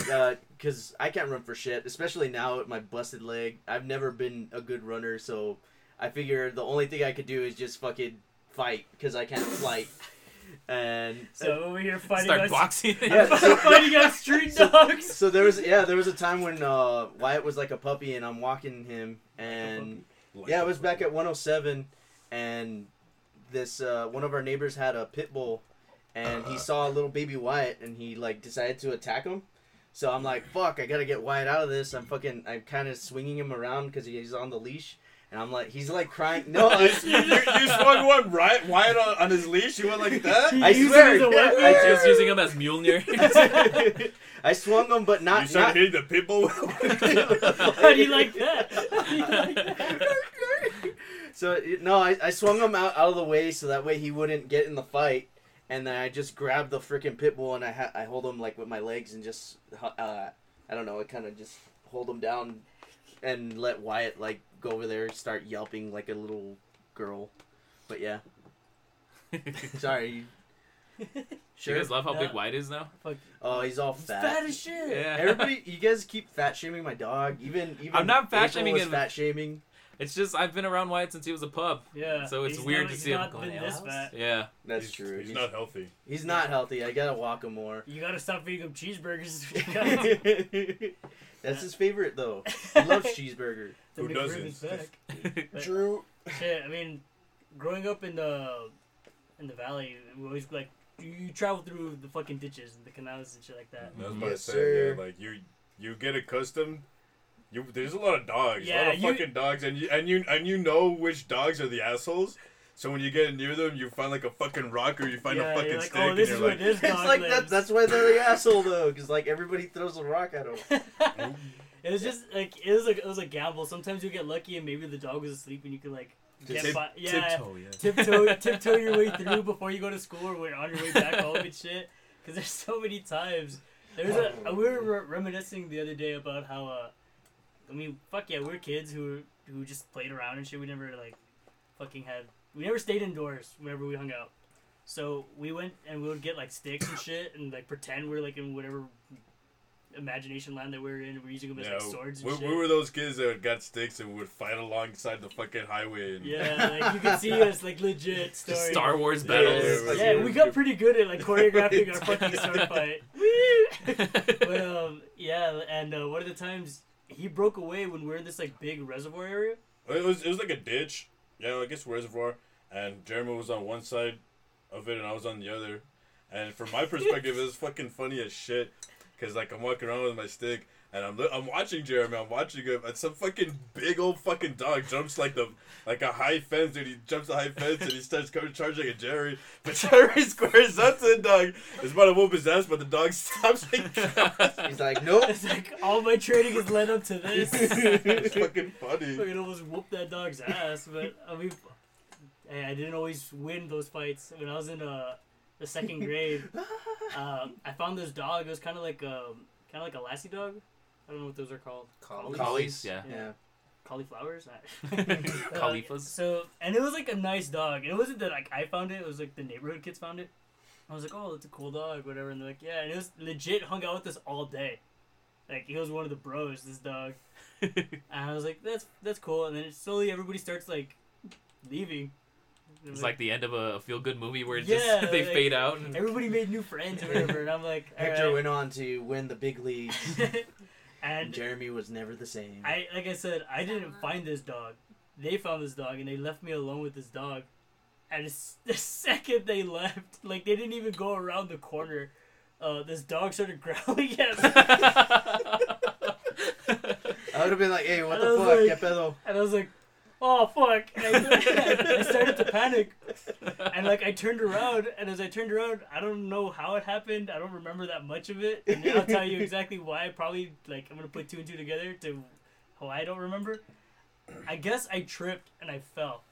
because I can't run for shit, especially now with my busted leg. I've never been a good runner, so I figure the only thing I could do is just fucking fight because I can't flight. And
So over here
<laughs>
fighting
Start
us,
boxing. <laughs>
Yeah, so-
<laughs> fighting us street dogs.
so there was yeah, there was a time when uh, Wyatt was like a puppy, and I'm walking him, and
Like,
yeah, it was back at 107, and this uh, one of our neighbors had a pit bull, and
Uh-huh.
he saw a little baby Wyatt, and he like decided to attack him. So I'm like, fuck, I gotta get Wyatt out of this. I'm fucking, I'm kind of swinging him around because he's on the leash, And I'm like, he's like crying. No, I,
you, you swung one right wide on, on his leash. You went like
<laughs>
that.
I
Using
swear,
it as a
yeah,
weapon?
I
He
did.
was using him as Mjolnir. <laughs>
<laughs> I swung him, but
you
not. not
started hitting the people.
<laughs>
How do you like that? <laughs> How do you like that?
so it- no, I, I swung him out, out of the way so that way he wouldn't get in the fight, and then I just grabbed the freaking pit bull and I ha- I hold him like with my legs and just uh, I don't know, I kind of just hold him down, and let Wyatt like go over there and start yelping like a little girl, but
<laughs>
yeah. Sorry. you-
You guys love how big
Yeah.
White is now?
Oh, he's all
It's
fat.
fat as shit.
Yeah.
Everybody, you guys keep fat shaming my dog. Even even
I'm not fat
April
shaming
was
him.
Fat shaming.
<laughs> It's just I've been around Wyatt since he was a pub.
Yeah.
So it's
He's
weird
not-
to
he's
see him
not
going
been this
out.
fat.
Yeah.
That's
<laughs> he's,
true.
He's, not healthy.
He's not healthy. I gotta walk him more.
You gotta stop feeding him
<laughs>
<laughs>
cheeseburgers. <laughs>
That's his favorite though. He <laughs> loves cheeseburger.
The
Who
McRib
doesn't?
is back.
Drew.
Shit, I mean, growing up in the in the valley, we always like you, you travel through the fucking ditches and the canals and shit like that.
That's what I
Yes,
said.
sir.
Yeah, like you, you get accustomed. You there's a lot of dogs. a
Yeah,
lot of
you-
fucking dogs, and you and you and you know which dogs are the assholes. So when you get near them, you find like a fucking rock or you find
yeah,
a fucking
you're like,
stick,
oh, this
and you're
is where
like,
this
It's
dog
like
lives.
that. That's why they're the asshole though, because like everybody throws a rock at him.
it was just like it was like it was a gamble. Sometimes you get lucky and maybe the dog was asleep and you could like get
tip-
by. Yeah,
tiptoe, yeah. <laughs>
tiptoe tiptoe your way through before you go to school or when on your way back home and shit. Because there's so many times. There's a
Oh.
we were re- reminiscing the other day about how uh, I mean fuck yeah we're kids who who just played around and shit. We never like fucking had we never stayed indoors whenever we hung out. So we went and we would get like sticks and shit and like pretend we're like in whatever imagination land that we were in. We're using them as
Yeah,
like swords and
we,
shit.
we were those kids that got sticks and would fight alongside the fucking highway. And
Yeah, like you could see us
<laughs>
like legit
The
story.
Star Wars
Yeah,
battles.
yeah, yeah.
Yeah, we got pretty good at like choreographing
<laughs>
our fucking sword fight. Woo! <laughs>
<laughs>
but um, yeah, and uh, one of the times he broke away when we were in this like big reservoir area. <laughs>
It was it was like a ditch. Yeah, I guess reservoir. And Jeremy was on one side of it, and I was on the other. And from my perspective, it was fucking funny as shit. Cause like I'm walking around with my stick, and I'm li- I'm watching Jeremy. I'm watching him, and some fucking big old fucking dog jumps like the like a high fence, and he jumps a high fence, and he starts coming charging at Jerry. But <laughs> Jerry squares up to the dog. He's about to whoop his ass, but the dog <laughs> stops and
He's like, nope.
<laughs> It's like all my training has led up to
<laughs> <laughs>
this.
It's fucking funny.
Fucking almost whooped that dog's ass, but I mean, hey, I didn't always win those fights. When I was in uh, the second grade, uh, I found this dog. It was kind of like a kind of like a lassie dog. I don't know what those are called.
Collie.
Collies.
Yeah.
Yeah.
cauliflowers. <laughs>
<laughs>
Uh,
Caulifas.
So, and it was like a nice dog. It wasn't that like I found it. It was like the neighborhood kids found it. I was like, oh, that's a cool dog, whatever. And they're like, yeah. And it was legit. Hung out with us all day. Like he was one of the bros. This
<laughs>
dog. and I was like, that's that's cool. And then slowly everybody starts like leaving. And
It's like the end of a feel good movie where it
Yeah,
just they
like-
fade out.
<laughs>
And,
everybody made new
<laughs>
friends or whatever. And I'm like, all
Hector
right.
went on to win the big
<laughs>
leagues.
and
Jeremy was never the same.
I like I said, I didn't find this dog. They found this dog and they left me alone with this dog. And it's, <laughs> the second they left, like they didn't even go around the corner, uh, this dog started <laughs> growling at me.
I would have been like, hey, what
I
the
was
fuck,
like-
que pedo?
and I was like, "Oh fuck!" And I, <laughs> I started to panic, and like I turned around, and as I turned around, I don't know how it happened. I don't remember that much of it, and I'll tell you exactly why. Probably like I'm gonna put two and two together to how I don't remember. I guess I tripped and I fell.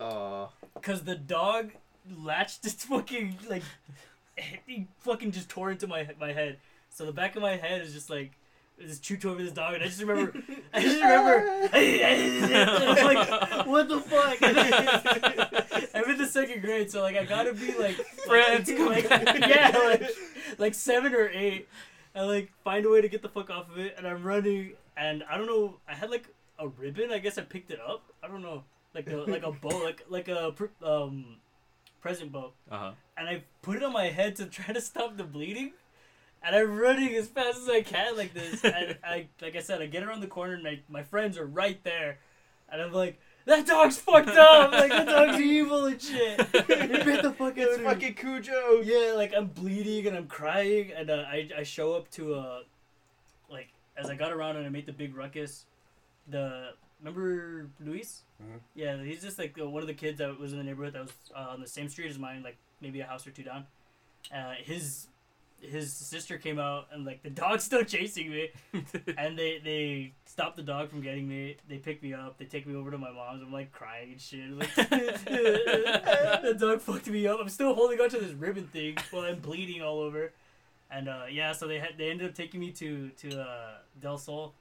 Oh,
Cause the dog latched its fucking like <laughs> he fucking just tore into my my head. So the back of my head is just like just chewed over this dog, and I just remember, I
<laughs>
just remember, <laughs> I was like, what the fuck? <laughs> I'm in the second grade, so like I gotta be
<laughs>
like
Friends,
like,
come
like,
back.
<laughs> yeah, like like seven or eight, and like find a way to get the fuck off of it, and I'm running, and I don't know, I had like a ribbon, I guess I picked it up, I don't know, like a like a bow, like like a pr- um present bow,
uh-huh.
and I put it on my head to try to stop the bleeding. And I'm running as fast as I can like this. <laughs> And I, like I said, I get around the corner and my, my friends are right there. And I'm like, that dog's fucked up. Like, that <laughs> dog's evil and shit. He bit the fuck
<laughs>
out
it's
of me.
fucking Cujo.
Yeah, like I'm bleeding and I'm crying, and uh, I I show up to uh, like as I got around and I made the big ruckus, the Remember Luis?
Mhm.
Yeah, he's just like uh, one of the kids that was in the neighborhood that was uh, on the same street as mine, like maybe a house or two down. Uh, his his sister came out and like the dog's still <laughs> chasing me, and they they stopped the dog from getting me. They pick me up. They take me over to my mom's. I'm like crying and shit. I'm like, <laughs> the dog fucked me up. I'm still holding onto this ribbon thing while I'm bleeding all over. And uh, yeah, so they had they ended up taking me to to uh, Del Sol,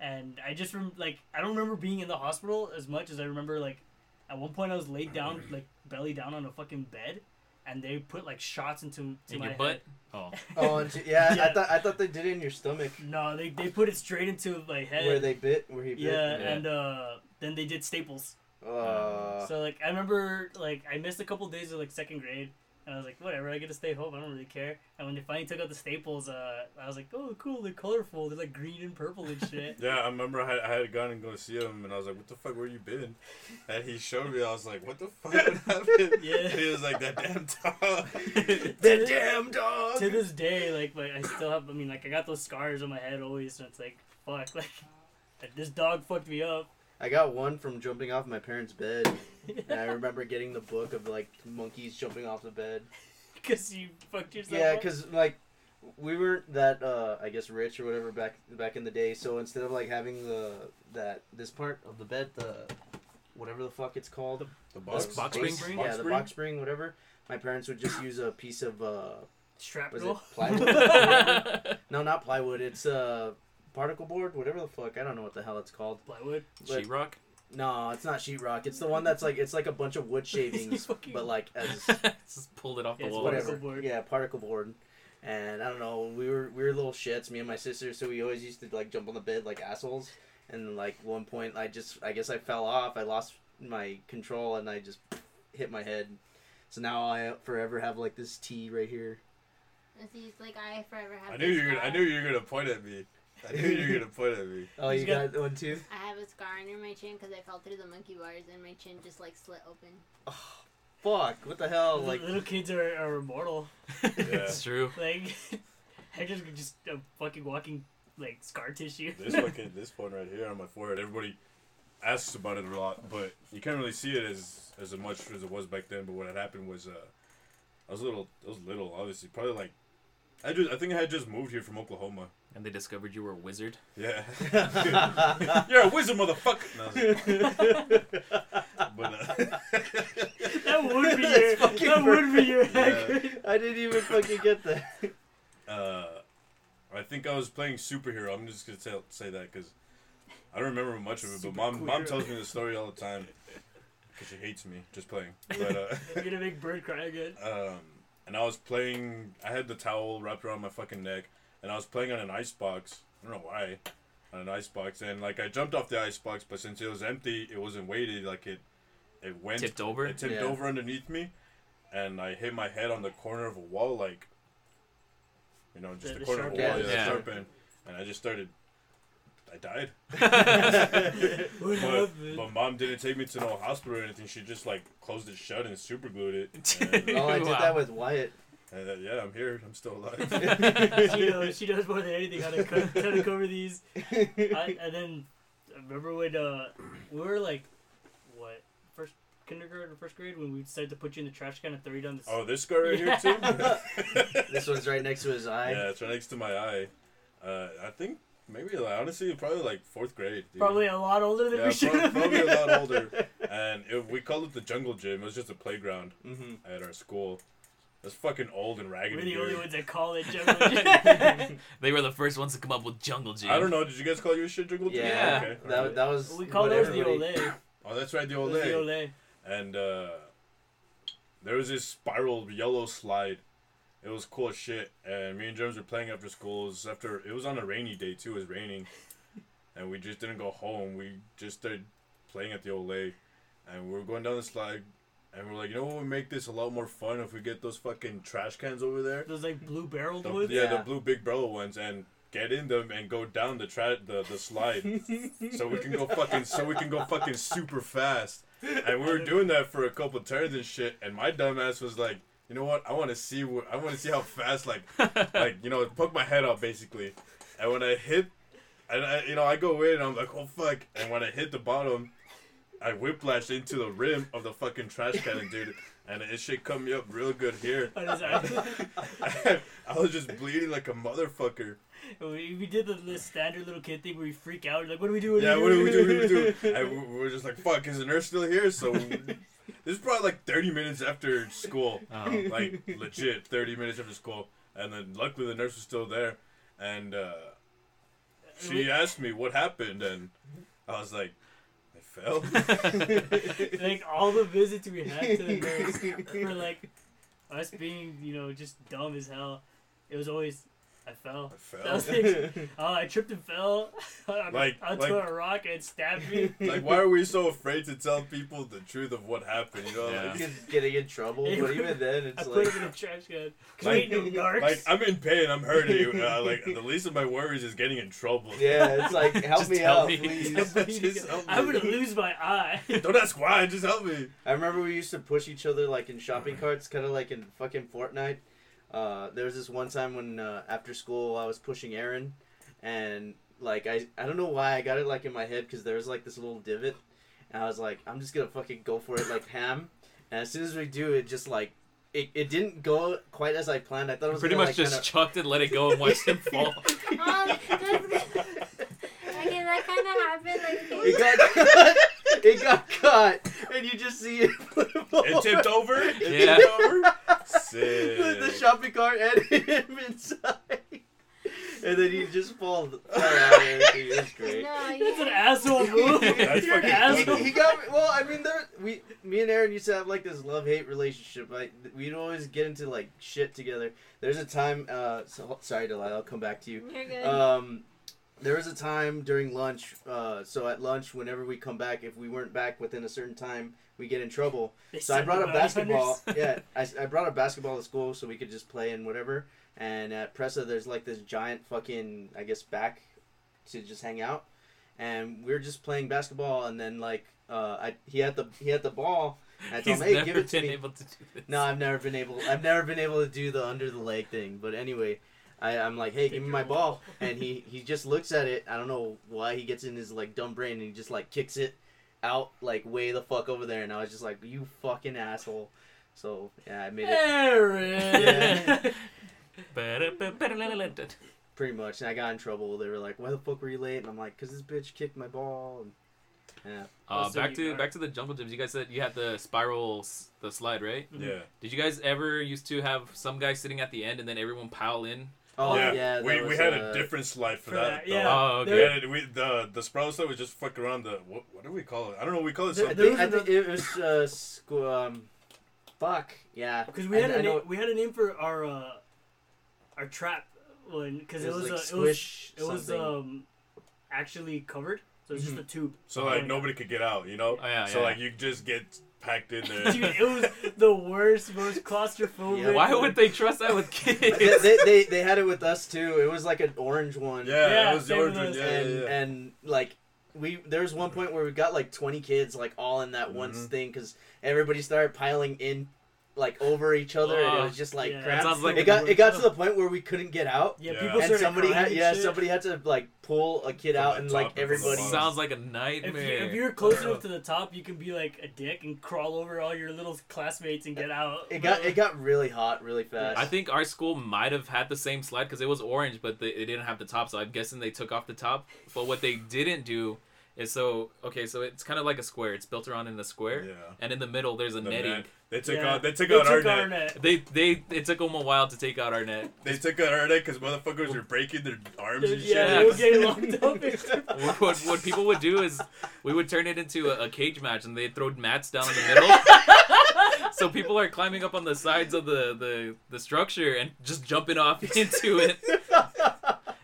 and I just rem- like I don't remember being in the hospital as much as I remember like at one point I was laid down like belly down on a fucking bed, and they put like shots into to
In
my
your
head.
butt?
<laughs>
Oh. <laughs>
Oh, and she, yeah, I
Yeah.
thought I thought they did it in your stomach
No, they they put it straight into my head.
where they bit, where he bit.
yeah,
Yeah.
and uh, then they did staples.
<laughs> Uh,
So like I remember like I missed a couple days of like second grade and I was like whatever I get to stay home I don't really care and when they finally took out the staples uh I was like oh cool they're colorful they're like green and
<laughs>
purple and shit
Yeah, I remember I had, I had gone and go see him, and I was like, "What the fuck? Where you been?" And he showed me. I was like, "What the fuck <laughs> what happened?"
Yeah.
And he was like, "That damn dog."
the damn dog.
<laughs> to this day like but I still have I mean like I got those scars on my head always so it's like fuck <laughs> like, like, this dog fucked me up <laughs>
I got one from jumping off my parents' bed, and I remember getting the book of like monkeys jumping off the bed.
because you fucked yourself
Yeah,
up.
because like we weren't that uh, I guess rich or whatever back back in the day. So instead of like having the that this part of the bed, the whatever the fuck it's called,
The
box-
the
box
space-
spring?
yeah,
Box
the
spring?
box spring, whatever. My parents would just use a piece of uh, was it
shrapnel <laughs>
<laughs>
plywood? no, not plywood. It's uh, particle board, whatever the fuck. I don't know what the hell it's called.
plywood
But-
Sheetrock?
No, it's not sheetrock. It's the one that's like it's like a bunch
<laughs>
of wood shavings,
fucking-
but like
<laughs>
as
<laughs> Just pulled it off
Yeah,
the
it's
wall.
Particle
whatever.
board.
Yeah, particle board. And I don't know, we were we were little shits, me and my sister, so we always used to like jump on the bed like assholes. And like one point, I just I guess I fell off. I lost my control and I just hit my head. So now I forever have like this T right here.
And he's like, I forever have.
I knew you.
this
Were,
scar.
I knew you were gonna point at me. I knew you were gonna point at me.
Oh,
He's
you got, one too.
I have a scar under my chin because I fell through the monkey bars and my chin just like slit open. <laughs>
Fuck! What the
<laughs>
hell? Like
little kids are, are
<laughs>
immortal
Yeah.
<laughs> It's true.
like <laughs> Hector's just a fucking walking like scar tissue
This fucking this one right here on my forehead. Everybody asks about it a lot, but you can't really see it as as much as it was back then. But what had happened was, uh, I was little. I was little, obviously. Probably like, I just. I think I had just moved here from Oklahoma.
And they discovered you were a wizard.
Yeah. You're a wizard, motherfucker. No, I was like- but uh,
<laughs>
<laughs>
That would be your.
fucking
That would be your
Yeah.
hack.
I didn't even fucking get that. <laughs>
uh, I think I was playing superhero. I'm just gonna tell, say that because I don't remember much of it. But mom, mom
Superhero.
tells me the story all the time because she hates me just playing. But uh,
<laughs> You're gonna make Bird cry again.
um, and I was playing. I had the towel wrapped around my fucking neck, and I was playing on an ice box. I don't know why, on an ice box, and like I jumped off the ice box, but since it was empty, it wasn't weighted. Like it, it went
Tipped over?
It tipped
Yeah.
over underneath me, and I hit my head on the corner of a wall, like you know, just
The-
the,
the
corner of a
sharp
wall,
end.
yeah,
Yeah.
sharp end, and I just started. I died.
What
But,
happened?
but mom didn't take me to no hospital or anything. She just like closed it shut and super glued
<laughs>
it. And,
Oh, I did
Wow.
that with Wyatt.
and, uh, yeah, I'm here. I'm still
<laughs>
alive.
she knows. She knows more than anything how to co- how to cover these. I, and then I remember when uh, we were like, what first kindergarten or first grade when we decided to put you in the trash can and throw you down the. s-
Oh, this guy right here
<laughs>
too.
Yeah.
This one's right next to his eye.
yeah, it's right next to my eye. Uh, I think maybe like, honestly probably like fourth grade. Dude.
Probably a lot older than
Yeah,
we should
prob-
have
probably
been.
a lot older. And it, we called it the jungle gym. It was just a playground
Mm-hmm.
at our school. It was fucking old and raggedy.
We're the
dude.
only ones that call
<laughs>
it jungle.
They were the first ones to come up with jungle gym.
I don't know. Did you guys call your shit jungle gym?
Yeah,
Okay.
that,
alright.
that was.
<laughs> we call
what
those the
everybody-
Olay. <laughs>
oh, that's right. The old
Those The
lady.
Olay.
and uh, there was this spiral yellow slide. It was cool as shit, and me and James were playing after school. It was after it was on a rainy day too. It was raining, and we just didn't go home. We just started playing at the old lake, and we were going down the slide, and we are like, you know what would make this a lot more fun if we get those fucking trash cans over there.
Those like blue barreled
The-
ones.
Oh,
<laughs>
yeah,
Yeah.
the blue big brother ones, and get in them and go down the tra- the the slide, so we can go fucking so we can go fucking super fast. And we were doing that for a couple turns and shit. And my dumbass was like, you know what? I want to see what I want to see how fast like like you know poke my head out basically. And when I hit And I, you know, I go in and I'm like, oh fuck! And when I hit the bottom, I whiplash into the rim of the fucking trash can, dude. And it shit cut me up real good here. <laughs>
On his eye.
I was just bleeding like a motherfucker.
<laughs> we, we did the, the standard little kid thing where we freak out. Like, what do we do? What
Yeah, what do we do? What do we do?
<laughs>
And we- we we're just like, fuck, is the nurse still here? So this is probably like 30 minutes after school.
Oh.
<laughs> Like, legit, 30 minutes after school. And then luckily the nurse was still there. And uh, she asked me what happened. And I was like, I
<laughs>
fell.
like all the visits we had to the
<laughs>
nurse were like us being, you know, just dumb as hell. It was always I fell.
I
That was
fell.
<laughs>
the, oh, I tripped and fell <laughs> on-
Like-
onto
like-
a rock and it stabbed
<laughs>
me.
<laughs> like, why are we so afraid to tell people the truth of what happened? You know,
Yeah.
like,
Just getting in trouble,
<laughs>
but even then,
I
it's
put
like
him in a trash can. 'Cause
<laughs>
we
Like-
ain't no narcs.
like I'm in pain. I'm hurting. Uh, like the least of my worries is getting in trouble.
<laughs> yeah, it's like help
Just
me
tell
out,
me.
<laughs>
please.
Just help
I'm
me.
gonna lose my eye.
<laughs> Don't ask why. Just help me.
I remember we used to push each other like in shopping carts, kind of like in fucking Fortnite. Uh, there was this one time when uh, after school I was pushing Aaron, and like I I don't know why I got it like in my head because there was like this little divot, and I was like I'm just gonna fucking go for it like ham, and as soon as we do it just like it, it didn't go quite as I planned. I thought it was
Pretty
gonna,
much
like,
just chucked and let it go and watched
<laughs>
him fall.
Um, <laughs> that's- okay, that kind of happened.
<laughs>
Like,
It got
<laughs>
caught. It got caught, and you just see it. <laughs>
It tipped over. It
Yeah.
tipped over.
the,
Sick.
the shopping cart and <laughs> him inside, and then he just falls. fell out of everything. It was
<laughs>
great.
no, you
That's an asshole
<laughs>
move. <laughs>
That's
You're an
fucking
asshole.
He, he got me- well. I mean, there we, me and Aaron used to have like this love hate relationship. Like we'd always get into like shit together. There's a time. Uh, so, sorry, Delilah. I'll come back to you.
You're good.
Uh,
Um, there was a time during lunch. Uh, so at lunch, whenever we come back, if we weren't back within a certain time, we get in trouble.
They
So I
suck
brought a
about us under-
basketball. <laughs> yeah, I, I brought a basketball to school so we could just play and whatever. And at Presa, there's like this giant fucking, I guess, back to just hang out. And we were just playing basketball, and then like uh, I, he had the he had the ball. And I told
He's
him, "Hey,
never
give it to
been
me."
able to do this. <laughs>
No, I've never been able. I've never been able to do the under the leg thing. But anyway, I, I'm like, hey, give me my ball, and he he just looks at it. I don't know why he gets in his like dumb brain and he just like kicks it out like way the fuck over there, and I was just like, you fucking asshole. So yeah, I made
Eh.
it
Aaron.
Ba-da-ba-ba-da-la-la-la-la.
pretty much, and I got in trouble. They were like, why the fuck were you late? And I'm like, cause this bitch kicked my ball. And, yeah.
Uh,
Oh, so
back
you
to
are-
back to the jungle gyms. You guys said you had the spiral, s- the slide, right?
Yeah.
Did you guys ever used to have some guy sitting at the end and then everyone pile in?
Oh
yeah.
yeah. that
we we
was,
had
uh,
a different slide for
for
that.
that, yeah.
though.
Oh,
We
okay.
had it- we, the the sprout slide was just fuck around the what, what do we call it? I don't know. We call it
The-
I
something.
the-
think, I think it was uh, squ- um, fuck
<laughs>
yeah.
Because we
I-
had
I
a
know-
name, we had a name for our uh, our trap one because it,
It was
was
like
uh,
squish
it was, it
something. Mm-hmm.
was um actually covered, so it's just a tube.
So like nobody could get out. You know.
Oh, yeah,
so
yeah,
like you just get packed in there.
<laughs> Dude, it was the worst, most claustrophobic.
Yeah.
Why would they trust that with
they,
kids?
they, they, they had it with us too. It was like an orange one.
yeah,
Yeah,
it was the
same
orange
with
one.
us.
Yeah,
and
yeah, yeah.
and like we there was one point where we got like 20 kids like all in that one
Mhm.
thing because everybody started piling in like over each other and it
Oh,
was just like
yeah.
crap.
Sounds like
it got it got to the point where we couldn't get out.
Yeah,
Yeah.
people
And
started
somebody
crying
had
and
yeah,
shit.
somebody had to like pull a kid
From
out
the
and
top
like
and from the
everybody
bottom.
Sounds like a
If, you,
nightmare.
if you're close enough to the top, you can be like a dick and crawl over all your little classmates and get out.
it got it got really hot really fast.
I think our school might have had the same slide because it was orange, but they, it didn't have the top. So I'm guessing they took off the top. But what they didn't do is so okay. So it's kind of like a square. It's built around in a square,
Yeah.
and in the middle there's a
The
netting.
net. They took
Yeah.
out. They took out our net.
They they it took them a while to take out our net.
They took out our net because motherfuckers were breaking their arms and shit.
Yeah,
Yeah.
they would get locked
<laughs>
up. and-
What, what, what people would do is we would turn it into a, a cage match and they'd throw mats down in the middle. so people are climbing up on the sides of the, the, the structure and just jumping off <laughs> into it.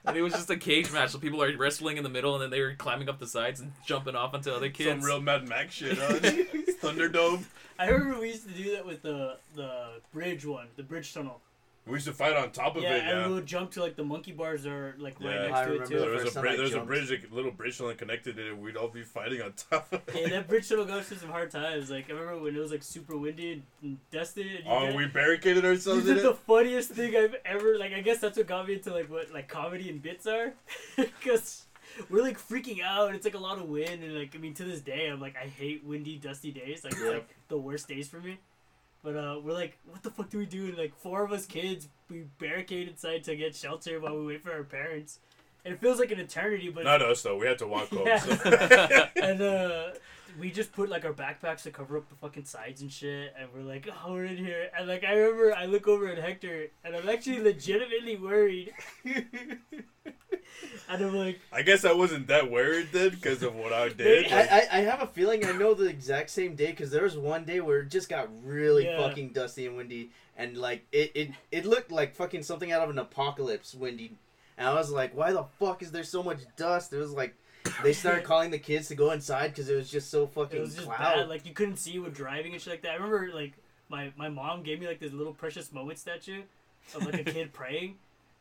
And it was just a cage match. So people are wrestling in the middle and then they were climbing up the sides and jumping off onto other
Some
kids.
real Mad Max shit,
<laughs>
huh? Thunderdome.
I remember we used to do that with the the bridge one, the bridge tunnel.
We used to fight on top of
yeah,
it. Yeah.
and we'll jump to like the monkey bars that are like right
Yeah.
next
I
to it
remember
too.
There was
first
a
time
bridge.
I
There was a
jumped.
bridge, a little bridge line connected it, and we'd all be fighting on top of
<laughs> Yeah,
it.
that bridge tunnel goes through some hard times. Like I remember when it was like super windy and dusty. And you
<laughs> oh,
did-
we barricaded
you
ourselves in
did
it.
the <laughs> funniest thing I've ever like. I guess that's what got me into like what like comedy and bits are, because we're like freaking out. It's like a lot of wind, and like I mean, to this day, I'm like I hate windy, dusty days. Like it's like the worst days for me. But uh, we're like, what the fuck do we do? And like four of us kids, we barricade inside to get shelter while we wait for our parents. And it feels like an eternity, but
Not us though. We had to walk home.
Yeah.
so-
<laughs> and uh, we just put like our backpacks to cover up the fucking sides and shit, and we're like, oh, we're in here. And like, I remember I look over at Hector, and I'm actually legitimately worried. <laughs> and I'm like,
I guess I wasn't that worried then because of
<laughs>
what I
Wait,
did.
I, I, I have a feeling I know the exact same day because there was one day where it just got really
Yeah.
fucking dusty and windy, and like it, it it looked like fucking something out of an apocalypse windy, and I was like, why the fuck is there so much dust? It was like they
<laughs>
started calling the kids to go inside because it was just so fucking
it was just
cloud.
bad. Like, you couldn't see with driving and shit like that. I remember like my my mom gave me like this little precious moment statue of like
<laughs>
a kid praying.
Mm.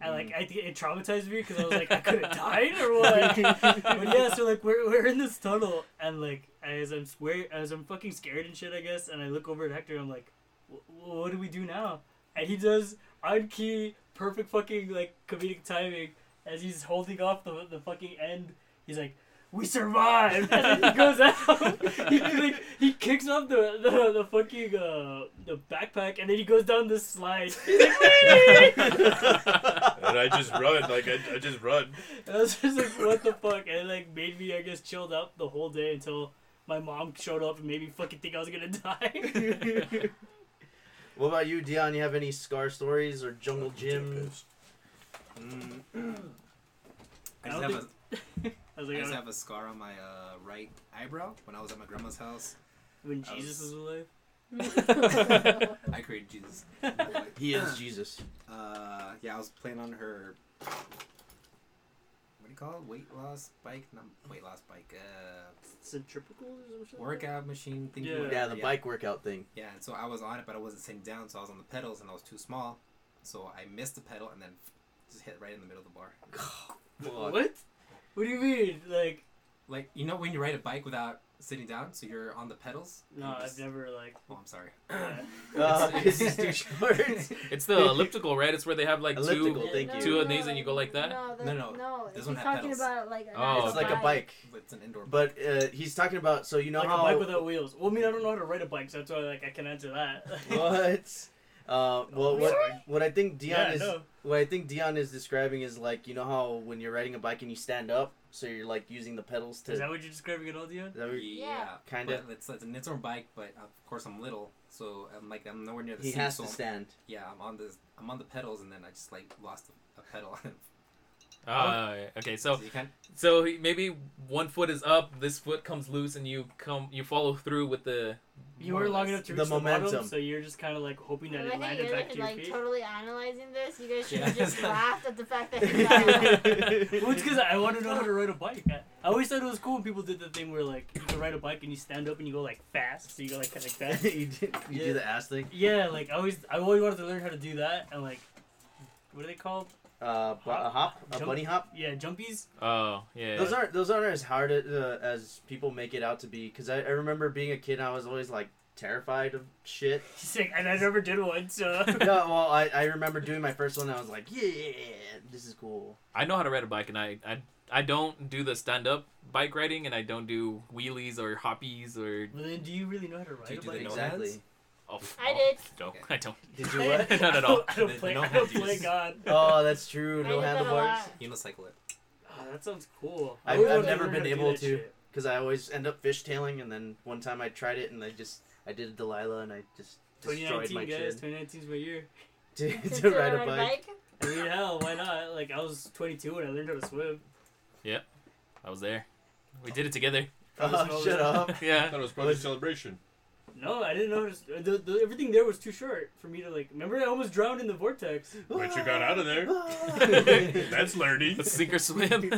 And like I, think it traumatized me because I was like I
<laughs>
could have died or what. but yeah, so like we're, we're in this tunnel and like as I'm swear as I'm fucking scared and shit, I guess, and I look over at Hector, I'm like, "Wh- wh- what do we do now? And he does on key, perfect fucking like comedic timing as he's holding off the the fucking end. He's like. We survived. <laughs> And then he goes out. <laughs> he, like, he kicks off the the, the fucking uh, the backpack, and then he goes down this slide. He's like, <laughs>
and I just run. Like, I, I just run.
And I was just like, what the fuck? And it like made me, I guess, chilled out the whole day until my mom showed up and made me fucking think I was gonna <laughs> die.
what about you, Dion? You have any scar stories or jungle
Yeah,
gym?
pissed.
Mm. I
<laughs> I
just
don't
have a,
think- I was like,
I
I
just
don't-
have a scar on my uh, right eyebrow when I was at my grandma's house.
when
I
Jesus was
was-
alive.
I created Jesus.
He is Jesus.
Uh, yeah, I was playing on her. What do you call it? Weight loss bike? Not weight loss bike. Uh,
Centrifugal or something?
workout machine thing.
Yeah.
Yeah, the bike workout thing.
Yeah, and so I was on it, but I wasn't sitting down, so I was on the pedals, and I was too small, so I missed the pedal and then just hit right in the middle of the bar.
<sighs> Fuck.
What? What do you mean? Like,
Like you know when you ride a bike without sitting down, so you're on the pedals.
no,
you
I've
just-
never, like,
Oh, I'm sorry.
yeah.
Uh, <laughs> this is
<laughs>
too short.
It's the elliptical, right? It's where they have like
Elliptical.
two.
thank you.
Two of these and you go like that?
No, that,
No, no,
no.
this
He's
one had
talking
pedals.
about like an
Oh,
It's like a bike,
it's an indoor.
but uh, he's talking about. So you know
like
how
a bike without wheels. Well, I mean, I don't know how to ride a bike, so that's why, like, I can answer that.
<laughs>
<laughs>
what? Uh, well, what, what I think Dion
Oh, yeah,
is
no.
what I think Dion is describing is like you know how when you're riding a bike and you stand up, so you're like using the pedals to.
Is that what you're describing at all, Dion?
is that what-
yeah,
Kinda.
but It's, it's an indoor bike, but of course I'm little, so I'm like I'm nowhere near the
he
seat.
has
so
to stand.
yeah, I'm on the I'm on the pedals, and then I just like lost a, a pedal.
Uh, okay, so
you can't.
so he- maybe one foot is up, this foot comes loose, and you come you follow through with the. <laughs>
You were long enough to
The
reach the,
momentum.
bottom, so you're just kind of like hoping that
I
it
like how
landed
you're
back to your
like
feet.
totally analyzing this. You guys should
Yeah.
have just laughed at the
<laughs>
fact that he got
Well, it's because I want to know how to ride a bike. I, I always thought it was cool when people did the thing where like you can ride a bike and you stand up and you go like fast, so you go like kind of like
<laughs>
that.
you did, you
Yeah.
do the ass thing.
yeah, like I always, I always wanted to learn how to do that and like, what are they called?
Uh, bu- a hop, a
Jump.
bunny hop.
Yeah, jumpies. <laughs>
Oh yeah.
Those aren't those aren't as hard uh, as people make it out to be. Cause I, I remember being a kid, and I was always like terrified of
<laughs>
shit.
Sick, and I never did
<laughs>
one, so.
no, well, I, I remember doing my first one. and I was like, yeah, this is cool.
I know how to ride a bike, and I I, I don't do the stand up bike riding, and I don't do wheelies or hoppies or.
Well, then, do you really know how to ride
Do you
a
do
bike?
the no
Exactly.
hands?
Oh,
<laughs>
I did.
No, <laughs> I don't.
<laughs>
<laughs>
Did you what?
Not at all.
I don't
The-
play.
the
<laughs> I don't
no-handers.
play God.
Oh, that's true.
I
No
did that a
handlebars.
lot.
Unicycle it.
Oh, that sounds cool.
I've-
always
I've
wanted
never
learn how
been
do
able
that
to.
shit.
Because I always end up fishtailing, and then one time I tried it, and I just I did a Delilah, and I just destroyed
2019,
my
guys.
chin <laughs>
2019 is my year.
to,
to
to ride a bike.
I mean, hell, why not? Like, I was 22 when I learned how to swim.
I was there. We did it together. <laughs>
Oh, shut
<laughs>
up!
I
Yeah.
thought it was part of
Was-
the celebration.
No, I didn't notice. uh, The, the, everything there was too short for me to like. Remember, I almost drowned in the vortex.
But you got out of
<laughs>
there. That's learning.
Sink or swim.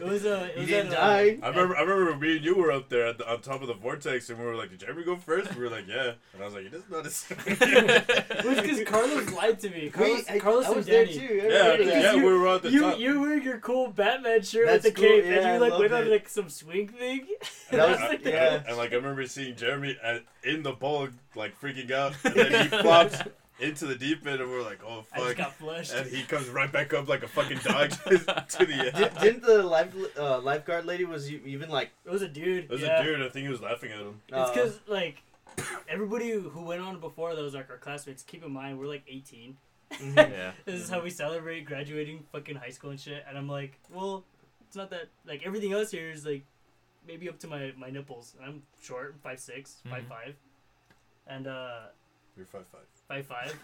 It was uh, it
you
was
didn't
at, uh,
die.
I remember, I remember me and you were up there at the, on top of the vortex, and we were like, "Did Jeremy go first? We were like, "Yeah," and I was like, "You just
<laughs>
noticed." <laughs> yeah,
It was because Carlos lied to me. Carlos,
Wait, I-
Carlos
I
and
was there
Danny.
too. I remember that.
yeah,
you-
we were at the
You
top.
you were your cool Batman shirt
That's
with the
cool,
cape,
yeah, I
and you like went
loved
on
it.
like some swing thing. <laughs>
<laughs> That
I
was-
like,
and,
yeah. <laughs>
<laughs>
and like I remember seeing Jeremy at, in the bowl, like freaking out, and then he flops, into the deep end, and we're like, oh
I just got
fuck.
flushed.
And he comes right back up like a fucking dog <laughs>
<laughs>
to the <laughs>
Did,
end.
didn't the life uh, lifeguard lady was e- even like?
It was a dude.
There was
yeah.
a dude. I think he was laughing at him.
It's
uh,
because like everybody who went on before that was like our classmates. Keep in mind, we're like 18.
Yeah.
<laughs> This is how we celebrate graduating fucking high school and shit. And I'm like, well, it's not that like everything else here is like maybe up to my my nipples. And I'm short, five six, five
Mhm.
five, and uh
You're five five.
five five.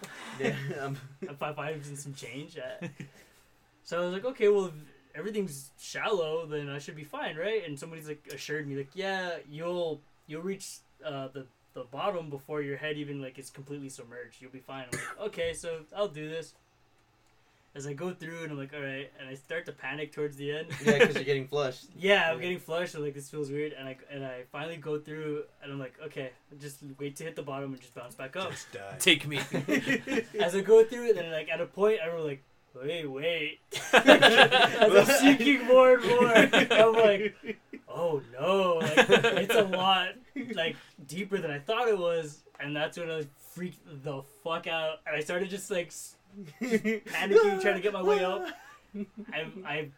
yeah, <laughs> um,
and five items and some change. Uh, <laughs> so I was like, okay, well, if everything's shallow, then I should be fine, right? And somebody's like assured me, like, yeah, you'll you'll reach uh, the the bottom before your head even like is completely submerged. You'll be fine. I'm like, okay, so I'll do this. As I go through, and I'm like, all right, and I start to panic towards the end.
yeah, because you're getting flushed.
<laughs> Yeah, I'm
Yeah.
getting flushed. I'm like, this feels weird, and I and I finally go through, and I'm like, okay, just wait to hit the bottom and just bounce back up
Just die.
Take me.
as I go through it, then like at a point, I was like, wait, wait. as I'm
<laughs>
sinking more and more, I'm like, oh no, like, it's a lot like deeper than I thought it was, and that's when I freaked the fuck out, and I started just like s- panicking, trying to get my
<laughs>
way up. I I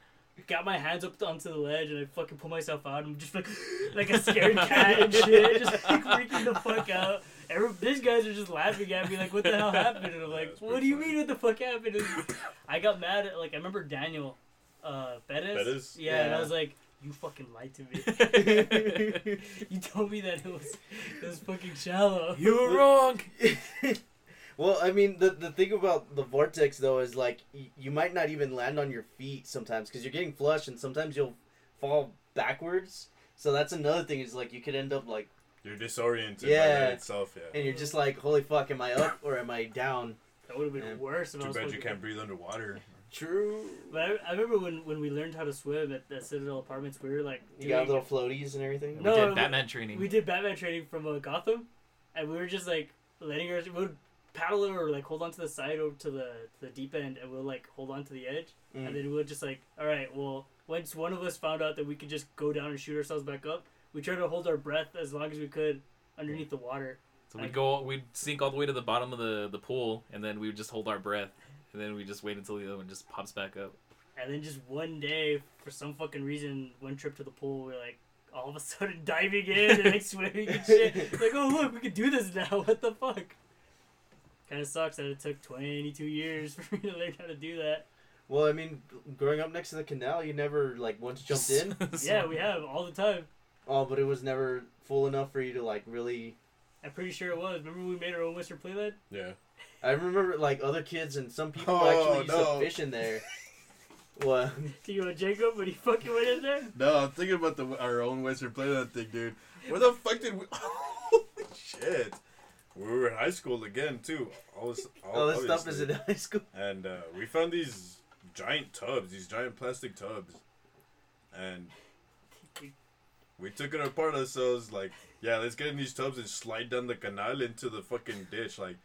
got my hands up onto the ledge, and I fucking pull myself out. I'm just like like
<laughs>
a scared cat and shit, just like, freaking the fuck out. Every, these guys are just laughing at me, like, "What the hell happened?" And I'm
Yeah,
like,
it's
"What
pretty
do you
funny.
mean? What the fuck happened?" And I got mad at like I remember Daniel, uh, Bettis.
Bettis?
Yeah, and I
Yeah.
was like, "You fucking lied to me.
<laughs>
you told me <laughs> that it was it was fucking shallow."
you were wrong.
<laughs> well, I mean, the the thing about the vortex though is like y- you might not even land on your feet sometimes because you're getting flushed, and sometimes you'll fall backwards. So that's another thing is like you could end up like,
You're disoriented by
Yeah.
that itself. Yeah.
and you're just like, holy fuck, am I up or am I down?
That would have been
Yeah.
worse. If I
Too
was
bad you
fucking-
can't breathe underwater.
True.
But I, I remember when, when we learned how to swim at the Citadel Apartments, we were like,
You got
doing-
little floaties and everything.
No,
we did
we-
Batman training.
We did Batman training from uh, Gotham, and we were just like letting her. We would paddle her or like hold onto the side over to the to the deep end, and we'll like hold onto the edge,
Mm.
and then we'll just like, all right, well, once one of us found out that we could just go down and shoot ourselves back up, we tried to hold our breath as long as we could underneath the water.
So we'd go, we'd sink all the way to the bottom of the, the pool, and then we would just hold our breath, and then we just wait until the other one just pops back up.
And then just one day, for some fucking reason, one trip to the pool, we're like all of a <laughs> sudden diving in and like swimming and shit. like, oh look, we can do this now. <laughs> What the fuck? Kind of sucks that it took 22 years <laughs> for me to learn how to do that.
Well, I mean, growing up next to the canal, you never like once <laughs> jumped in.
<laughs>
Yeah, we have all the time.
Oh, but it was never full enough for you to like really.
I'm pretty sure it was. Remember we made our own Western Playland? <laughs>
Yeah.
I remember like other kids and some people
Oh,
actually used
no.
to fish in <laughs> there. well,
Do you know Jacob when he fucking went in there?
No, I'm thinking about the our own Western Playland thing, dude. Where the fuck did we? <laughs> Holy shit! We were in high school again too. All this, all,
<laughs> all this stuff
obviously.
is in high school.
And uh, we found these giant tubs, these giant plastic tubs, and we took it apart ourselves. Like, yeah, let's get in these tubs and slide down the canal into the fucking ditch. Like,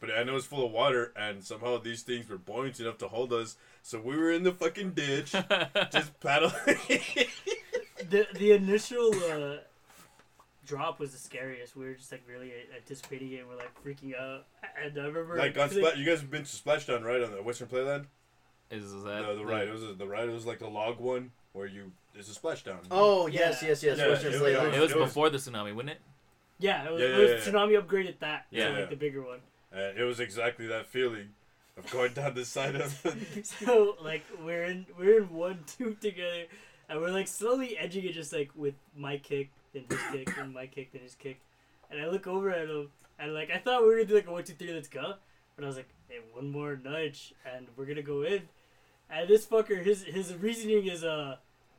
but I know it's full of water, and somehow these things were buoyant enough to hold us. So we were in the fucking ditch,
<laughs>
just paddling.
The the initial uh, drop was the scariest. We were just like really anticipating it. and We're like freaking out. And I remember
Like on Spla- you guys have been to Splashdown, right? On the Western Playland.
Is that
No, the ride. It was the ride. It was like the log one where you. It's a splashdown.
<laughs> Oh yes, yes, yes.
Yeah,
Western
it was-
Playland.
It was
It was-
before the tsunami, wasn't it?
Yeah, it was,
Yeah,
it
yeah,
was
yeah, yeah.
tsunami upgraded that. Yeah,
Yeah.
like
Yeah.
the bigger one. <laughs>
And Uh, it was exactly that feeling of going down the side of.
<laughs>
So like we're in we're in one <laughs> tube together, and we're like slowly edging it, just like with my kick, then his kick, then my kick, then his kick, and I look over at him, and like I thought we were gonna do like a one two three, let's go, but I was like, hey, one more nudge, and we're gonna go in, and this fucker, his his reasoning is uh.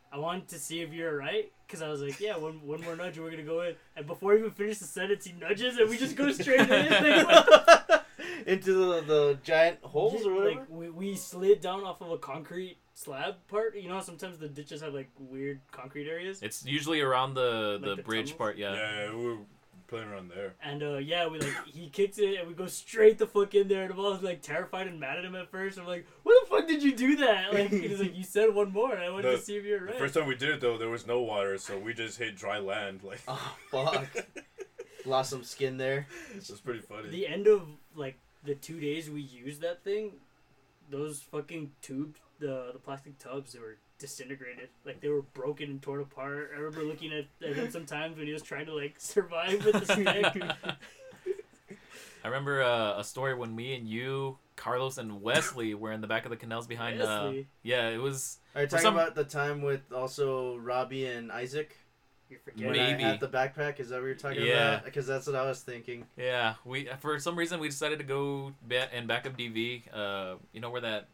I wanted to see if you're right, cause I was like, yeah, one one more nudge, and we're gonna go in. And before he even finished the sentence, he nudges, and we just go straight in.
<laughs>
Like, what
<laughs> Into the, the giant holes
yeah,
or whatever. <laughs>
Like we, we slid down off of a concrete slab part. You know, how sometimes the ditches have like weird concrete areas.
It's usually around the the,
Like the
bridge
tunnels?
part.
yeah,
Yeah.
yeah, we were playing around there.
And uh, yeah, we like he kicked it, and we go straight the fuck in there. And I'm all like terrified and mad at him at first. I'm like, "What the fuck did you do that?" Like he was like, "You said one more. and I wanted
No,
to see if you were
The
right."
first time we did it though, there was no water, so we just hit dry land. Like <laughs>
Oh fuck. Lost some skin there.
it was pretty funny.
the end of like the two days we used that thing, those fucking tubes, the the plastic tubs, they were disintegrated. Like they were broken and torn apart. I remember looking at, at him sometimes when he was trying to like <laughs> survive with
<laughs>
the stick.
<laughs> I remember uh, a story when me and you, Carlos and Wesley were in the back of the canals behind. Uh,
Wesley?
yeah, it was.
Are you
For
talking
some-
about the time with also Robbie and Isaac?
You're
When
forgetting. <laughs>
Maybe.
I had the backpack, is that what you're talking
Yeah.
about? Because that's what I was thinking.
Yeah, we for some reason we decided to go ba- and back up DV. Uh, you know where that?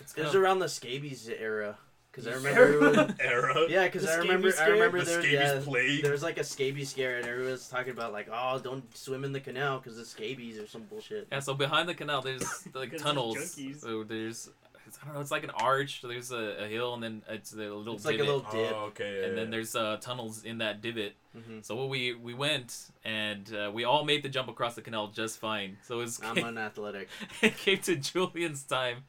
It's
It was
Oh.
kinda-
around the scabies era. Because <laughs> I remember,
<laughs>
everyone-
Era.
yeah, because
The
I remember,
scabies
I
scare?
remember
The
there, was-
scabies
yeah,
plague.
there was like a scabies scare, and everyone was talking about like, oh, don't swim in the canal because the scabies or some bullshit.
Yeah, so behind the canal, there's like
'Cause it's
tunnels.
junkies.
So there's, I don't know, it's like an arch. So there's a, a hill, and then it's a little
It's like
divot,
a little dip.
Oh, okay. yeah,
and then
yeah.
there's uh, tunnels in that divot.
hmm
So what we we went and uh, we all made the jump across the canal just fine. So it, was,
I'm
<laughs>
unathletic.
<laughs> it came to Julian's time.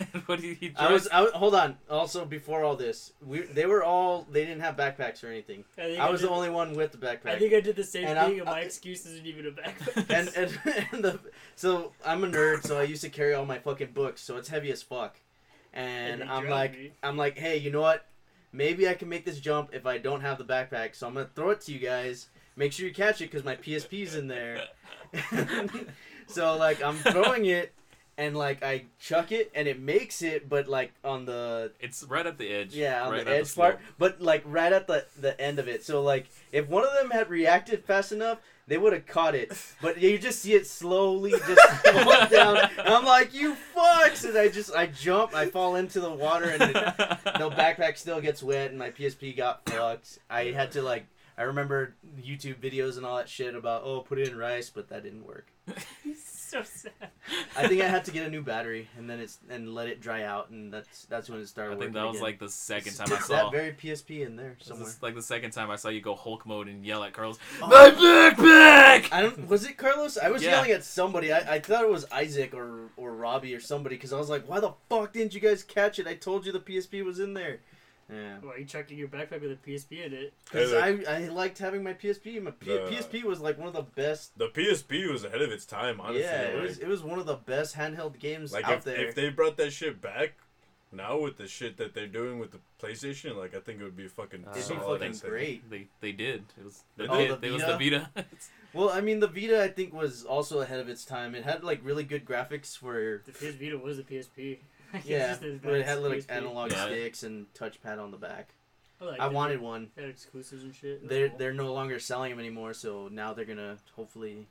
<laughs> what he, he
I
dressed-
was, I was, hold on. Also, before all this, we they were all they didn't have backpacks or anything.
I, think
I was
did,
the only one with the backpack.
I think I did the same
And I'm-
thing, and
<laughs>
my
I-
excuse isn't even a backpack.
and and, and <laughs> the, so I'm a nerd, so I used to carry all my fucking books, so it's heavy as fuck. And,
<laughs> And they
I'm
drowned
like,
me.
I'm like, hey, you know what? Maybe I can make this jump if I don't have the backpack. So I'm gonna throw it to you guys. Make sure you catch it because my PSP's in there. <laughs> so like I'm throwing it, and like I chuck it, and it makes it, but like on the
It's right at the edge.
yeah, on
right
the
at
edge
slope.
part, but like right at the the end of it. So like, if one of them had reacted fast enough, they would have caught it. But you just see it slowly just going <laughs> down. And I'm like, you fucks! And I just I jump, I fall into the <laughs> water, and it,
<laughs>
the backpack still gets wet, and my PSP got fucked. I had to like, I remember YouTube videos and all that shit about oh, put it in rice, but that didn't work. <laughs>
so sad.
I think I had to get a new battery, and then it's and let it dry out, and that's that's when it started.
I think
working
that was
again.
like the second time I
It's
saw.
<laughs> that very PSP in there
This
somewhere.
is like the second time I saw you go Hulk mode and yell at Carlos.
My
backpack.
I don't. Was it Carlos? I was
Yeah.
yelling at somebody. I, I thought it was Isaac or or Robbie or somebody because I was like, "Why the fuck didn't you guys catch it? I told you the PSP was in there." Yeah,
Why are you chucking your backpack with a PSP in it?
because
Hey,
I, I liked having my PSP. My P-
The-
PSP was like one of the best.
The PSP was ahead of its time, honestly.
yeah, it
like,
was it was one of the best handheld games
like,
out
if,
there.
if they brought that shit back now with the shit that they're doing with the PlayStation, like I think it would be fucking.
It'd be
It'd be
solid,
Oh,
fucking
I'd say.
great.
They they did. It was they
Oh,
did.
the
it was the Vita. <laughs>
Well, I mean, the Vita I think was also ahead of its time. It had like really good graphics for
The PS Vita was a <laughs> PSP. <laughs> It's
yeah,
just as
but it
bad
had
as
little
PSP.
analog
Yeah.
sticks and touchpad on the back.
liked
I
it.
wanted one.
They had exclusives and shit. It was
They're
cool.
they're no longer selling them anymore, so now they're gonna hopefully,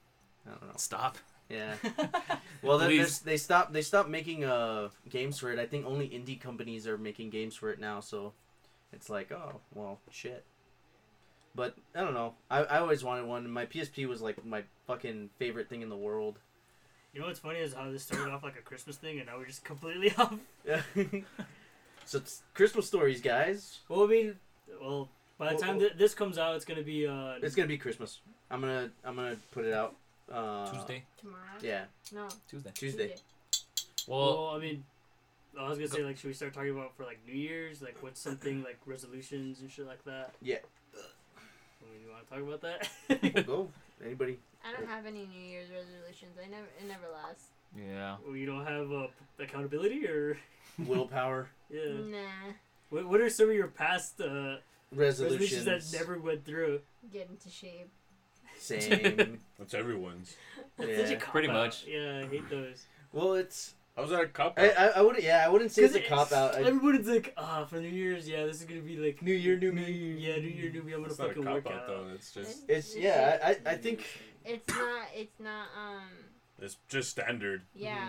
I don't know.
Stop.
<laughs>
Yeah. Well, they
Please.
they stopped they stopped making uh games for it. I think only indie companies are making games for it now. So, it's like oh well shit. But I don't know. I, I always wanted one. and My PSP was like my fucking favorite thing in the world. <laughs>
You know what's funny is how this started off like a Christmas thing, and now we're just <laughs> completely off.
so it's Christmas stories, guys.
Well, I mean, well, by the
Well,
time
well-
th- this comes out, it's gonna be uh,
It's gonna be Christmas. I'm gonna I'm gonna put it out. Uh,
Tuesday.
Tomorrow?
Yeah,
No.
Tuesday.
Tuesday.
Well,
Well, I mean, I was gonna say like, should we start talking about for like New Year's, like
<clears throat>
what's something like resolutions and shit like that?
Yeah.
I mean, you want to talk about that? <laughs>
Go
<laughs>
anybody.
I don't have any New Year's resolutions. I never. It never lasts.
yeah.
well, you don't have uh, accountability, or
Willpower.
yeah.
Mm.
Nah.
What, what are some of your past uh,
Resolutions.
resolutions that never went through?
Get into shape.
Same.
That's everyone's.
<laughs> That's
Yeah.
such a cop
Pretty
out.
much.
Yeah, I hate those.
well, it's
I was at a cop.
I, I, I wouldn't yeah I wouldn't say it's a
'Cause
cop out. I,
Everyone's like, ah, for New Year's, yeah, this is gonna be like
New year, new me.
Yeah, New Year, new me. I'm gonna
it's not a
fucking work
cop
out.
out
<laughs>
though. It's just
it's yeah I, I- I think
It's not. It's not. Um.
it's just standard.
Yeah.
Mm-hmm.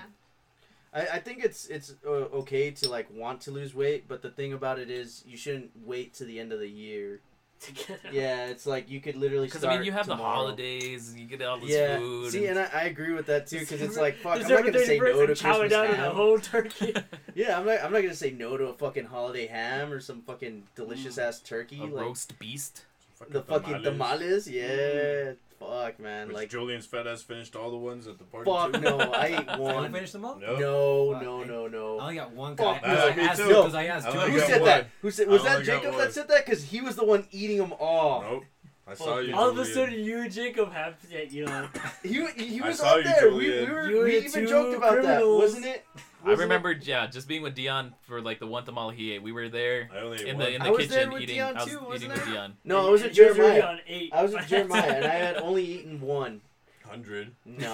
I, I think it's it's uh, okay to like want to lose weight, but the thing about it is you shouldn't wait to the end of the year.
to get <laughs> out.
Yeah, it's like you could literally
Because
start.
I mean, you have the
tomorrow.
holidays. You get all this
Yeah,
food.
see,
<laughs>
and I, I agree with that too because it's like fuck, I'm
December
not gonna say
31st,
no to
I'm chowing
Christmas
down on
ham.
a
<laughs>
whole turkey.
yeah, I'm not I'm not gonna say no to a fucking holiday ham or some fucking delicious ass turkey
Mm. a
like
roast beast.
the fucking tamales.
Mm.
Yeah, fuck man,
Which
like
Julian's fat ass finished all the ones at the party.
Fuck
too.
no,
<laughs>
I ate
I
one.
finish them all.
No.
No,
Fuck.
no, no,
I
no.
only got one
Fuck,
because I,
no, me
asked
too.
because I asked
I
two.
only
Who
got
people.
said
one.
that? Who said? Was
I
that
only got
Jacob
one.
that said that? Because he was the one eating them all.
Nope. I saw you.
All of a
Julian.
sudden, you and Jacob have yeah, you know.
He, he
I
was
saw
on
you,
there. We, we,
Julian.
were,
You
we
and
even
two
joked about
criminals.
that, wasn't
<laughs>
it?
I
Wasn't it?
remember, yeah, just being with Dion for like the one tamale he ate. We were there
I only ate
in
one.
the in
I
the
was there
kitchen
with
eating.
Dion
I was
too,
eating
wasn't
with
I?
Dion.
<laughs> No, it was
<laughs> not
at Jeremiah.
On eight.
I was
<laughs>
at Jeremiah, and I had only eaten one. <laughs>
hundred.
<laughs>
No.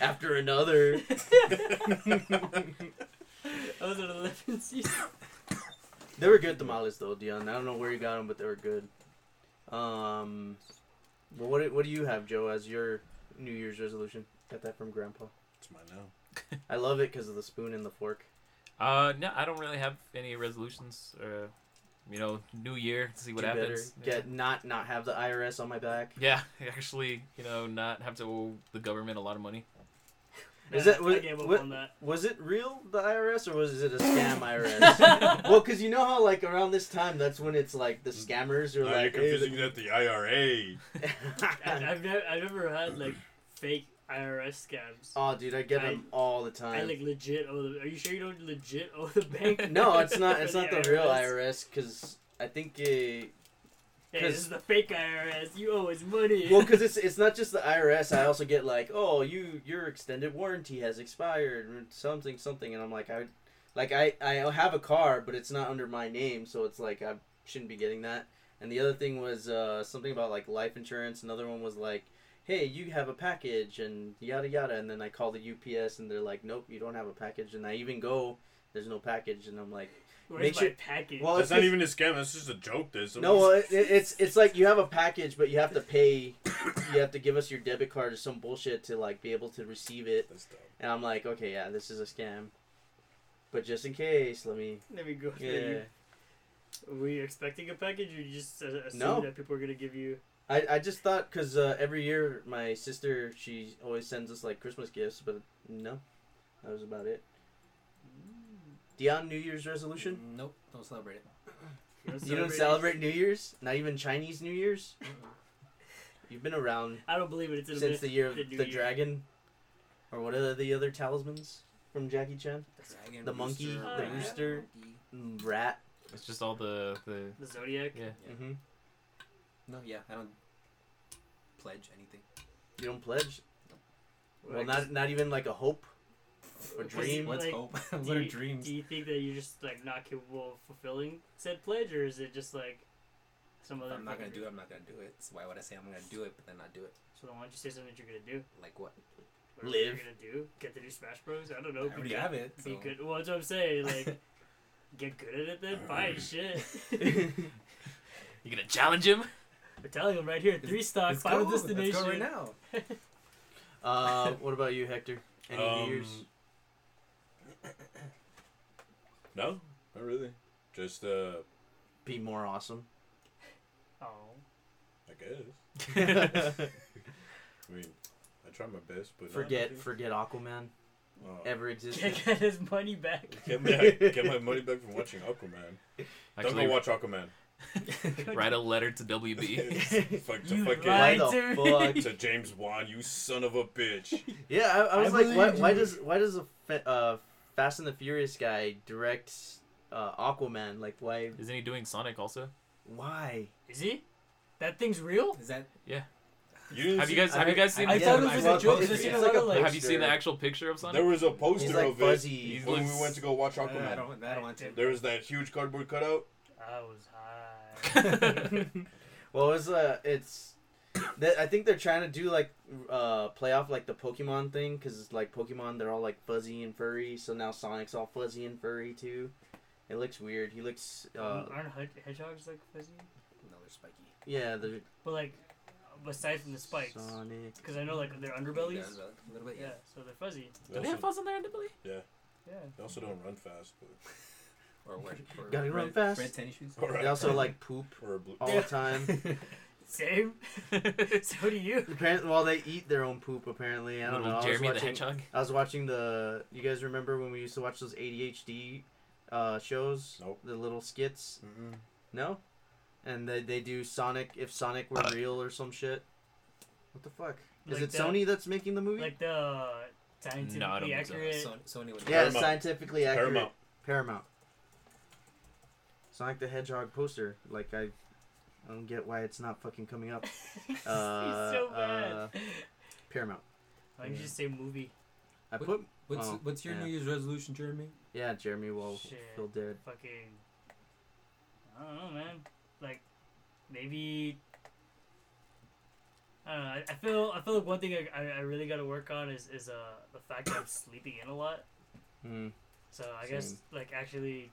After another.
<laughs> I was at eleven season.
They were good tamales though, Dion. I don't know where you got them, but they were good. Um, well, what do- what do you have, Joe, as your New Year's resolution? Got that from Grandpa.
It's mine now.
I love it because of the spoon and the fork.
Uh, no, I don't really have any resolutions. Or, you know, New Year, see what
Do better.
happens.
Get not not have the IRS on my back.
Yeah, <laughs> actually, you know, not have to owe the government a lot of money.
Is that- was-
I gave up
what-
on that.
Was it real the IRS or was it a scam
<laughs>
IRS? well, because you know how like around this time, that's when it's like the scammers are
Now Oh, you're
like. "Hey,
confusing that the IRA.
I,
<laughs>
<laughs> I've never, I've never had like fake IRS scams.
oh, dude, I get
I-
them all the
I
time.
like legit owe the. Are you sure you don't legit owe the <laughs>
<laughs>
bank?
no, it's not. It's
Or
not the real IRS because I think it,
Hey, this is the fake IRS. You owe us money.
<laughs> well, because it's it's not just the IRS. I also get like, oh, you your extended warranty has expired, or something, something, and I'm like, I, like I I have a car, but it's not under my name, so it's like I shouldn't be getting that. And the other thing was uh, something about like life insurance. Another one was like, hey, you have a package, and yada yada. And then I call the UPS, and they're like, nope, you don't have a package. And I even go, there's no package, and I'm like,
<laughs> Where's
make
my
sure-
package?
well,
That's
Oh, it's
not
just-
even a scam. That's just a joke. There's
no, uh, well, it, it- it's it's like you have a package, but you have to pay. You have to give us your debit card or some bullshit to like be able to receive it.
That's dumb.
And I'm like, okay, yeah, this is a scam. But just in case, let me.
Let me go. through.
Yeah,
Were you expecting a package, or you just uh, assumed
No.
that people were gonna give you?
I, I just thought because uh, every year my sister she always sends us like Christmas gifts, but no, that was about it. Dion, New Year's resolution?
Nope, don't celebrate it.
wanna
<laughs> You don't celebrate New Year's? Not even Chinese New Year's? You've been around
I don't believe it. It's in
since the year of
the
the,
new year.
dragon, or what are the other talismans from Jackie Chan?
Dragon,
The
rooster,
monkey,
the
rat,
rooster.
monkey.
Mm, Rat.
It's just all the the
The zodiac.
yeah.
Yeah.
hmm
No, yeah, I don't pledge anything.
You don't pledge. Well,
Like,
not not even like a hope or
What's-
dream.
What's
like,
hope? <laughs>
do
what are
you-
dreams?
Do you think that you're just like not capable of fulfilling said pledge, or is it just like some
If
other?
I'm not gonna
fucking-
do it. I'm not gonna do it. So why would I say I'm gonna do it but then not do it?
So then why don't you say something that you're gonna do?
Like what?
Or what
Live.
You're gonna do get to do Smash Bros. I don't know.
I
be
already
good-
have it. So.
Be good. Well, that's what I'm saying.
<laughs>
Like, get good at it, then fine. Shit.
You gonna challenge him?
I'm telling him right here. Three stock,
Let's
final
go.
destination.
Let's go right now.
uh, what about you, Hector? Any New Year's?
No, not really. Just uh,
Be more awesome.
Oh.
I guess. I mean, I try my best, but
forget forget Aquaman
Uh,
ever
<laughs>
existed. <laughs>
Can't get his money back.
Get my, get my money back from
<laughs>
watching Aquaman. Don't
Actually,
go watch Aquaman.
write a letter
<laughs>
to WB.
Fuck to fucking.
You
Why
lied. Right,
the
dude.
fuck?
To James Wan, you son of a bitch.
Yeah, I, I was
I
like, why,
believed
why
you.
does why does a fa- uh, Fast and the Furious guy direct uh, Aquaman? Like, why
Isn't he doing Sonic also?
why?
<laughs> Is he? That thing's real?
Is that
You didn't
Have you
see-
guys have you guys seen?
I
Yeah,
thought it
but
was
I
a
love
joke.
Buster.
I've seen a
It's
lot
like
of
a
like.
Have you seen the
poster.
actual picture of Sonic?
There was a poster
He's like
of
fuzzy.
it
He's
when we
looks-
went to go watch
I don't, I
Aquaman.
don't, I don't want to.
there was that huge cardboard cutout.
I was
<laughs>
high.
<laughs> Well, it's uh, it's. That I think they're trying to do like uh play off like the Pokemon thing because it's like Pokemon they're all like fuzzy and furry so now Sonic's all fuzzy and furry too. It looks weird. He looks uh
Mm,
Aren't hedge- hedgehogs like fuzzy?
No, they're spiky.
yeah the
But like, aside from the spikes,
Sonic.
because I know like their underbellies.
Yeah, A little bit,
Yeah,
yeah.
so they're fuzzy.
They
Do they have
also,
fuzz in there in the belly?
Yeah.
they also don't run fast, but
Or wear, or
Gotta run
red,
fast.
Red tennis
<laughs>
shoes.
All right.
They also like oh, poop
or a blue.
all
<laughs>
the time. <laughs>
Same. so do you.
apparently, well they eat their own poop apparently. <laughs> I don't
<laughs> Little
know. I was,
Jeremy the
watching,
Hedgehog.
I was watching the. You guys remember when we used to watch those ADHD uh shows?
Nope.
The little skits.
Mm-mm.
No? And they, they do Sonic if Sonic were real or some shit. What the fuck? Is
Like
it
the-
Sony that's making the movie?
Like the uh, scientifically
No, I don't think so.
accurate.
So, Sony would
yeah,
Paramount.
scientifically accurate.
Paramount.
Paramount. Sonic the Hedgehog poster. Like I I don't get why it's not fucking coming
<laughs>
up.
<laughs> He's
Uh,
so bad.
uh, Paramount.
Why don't you just say movie?
I
What-
put
What's
Oh,
what's your
yeah.
New Year's resolution, Jeremy?
yeah, Jeremy will
Shit.
feel dead.
Fucking. I don't know, man. Like, maybe. I don't know. I, I feel I feel like one thing I, I, I really got to work on is is uh the fact <coughs> that I'm sleeping in a lot.
Hmm.
Mm.
So I guess
Same.
like actually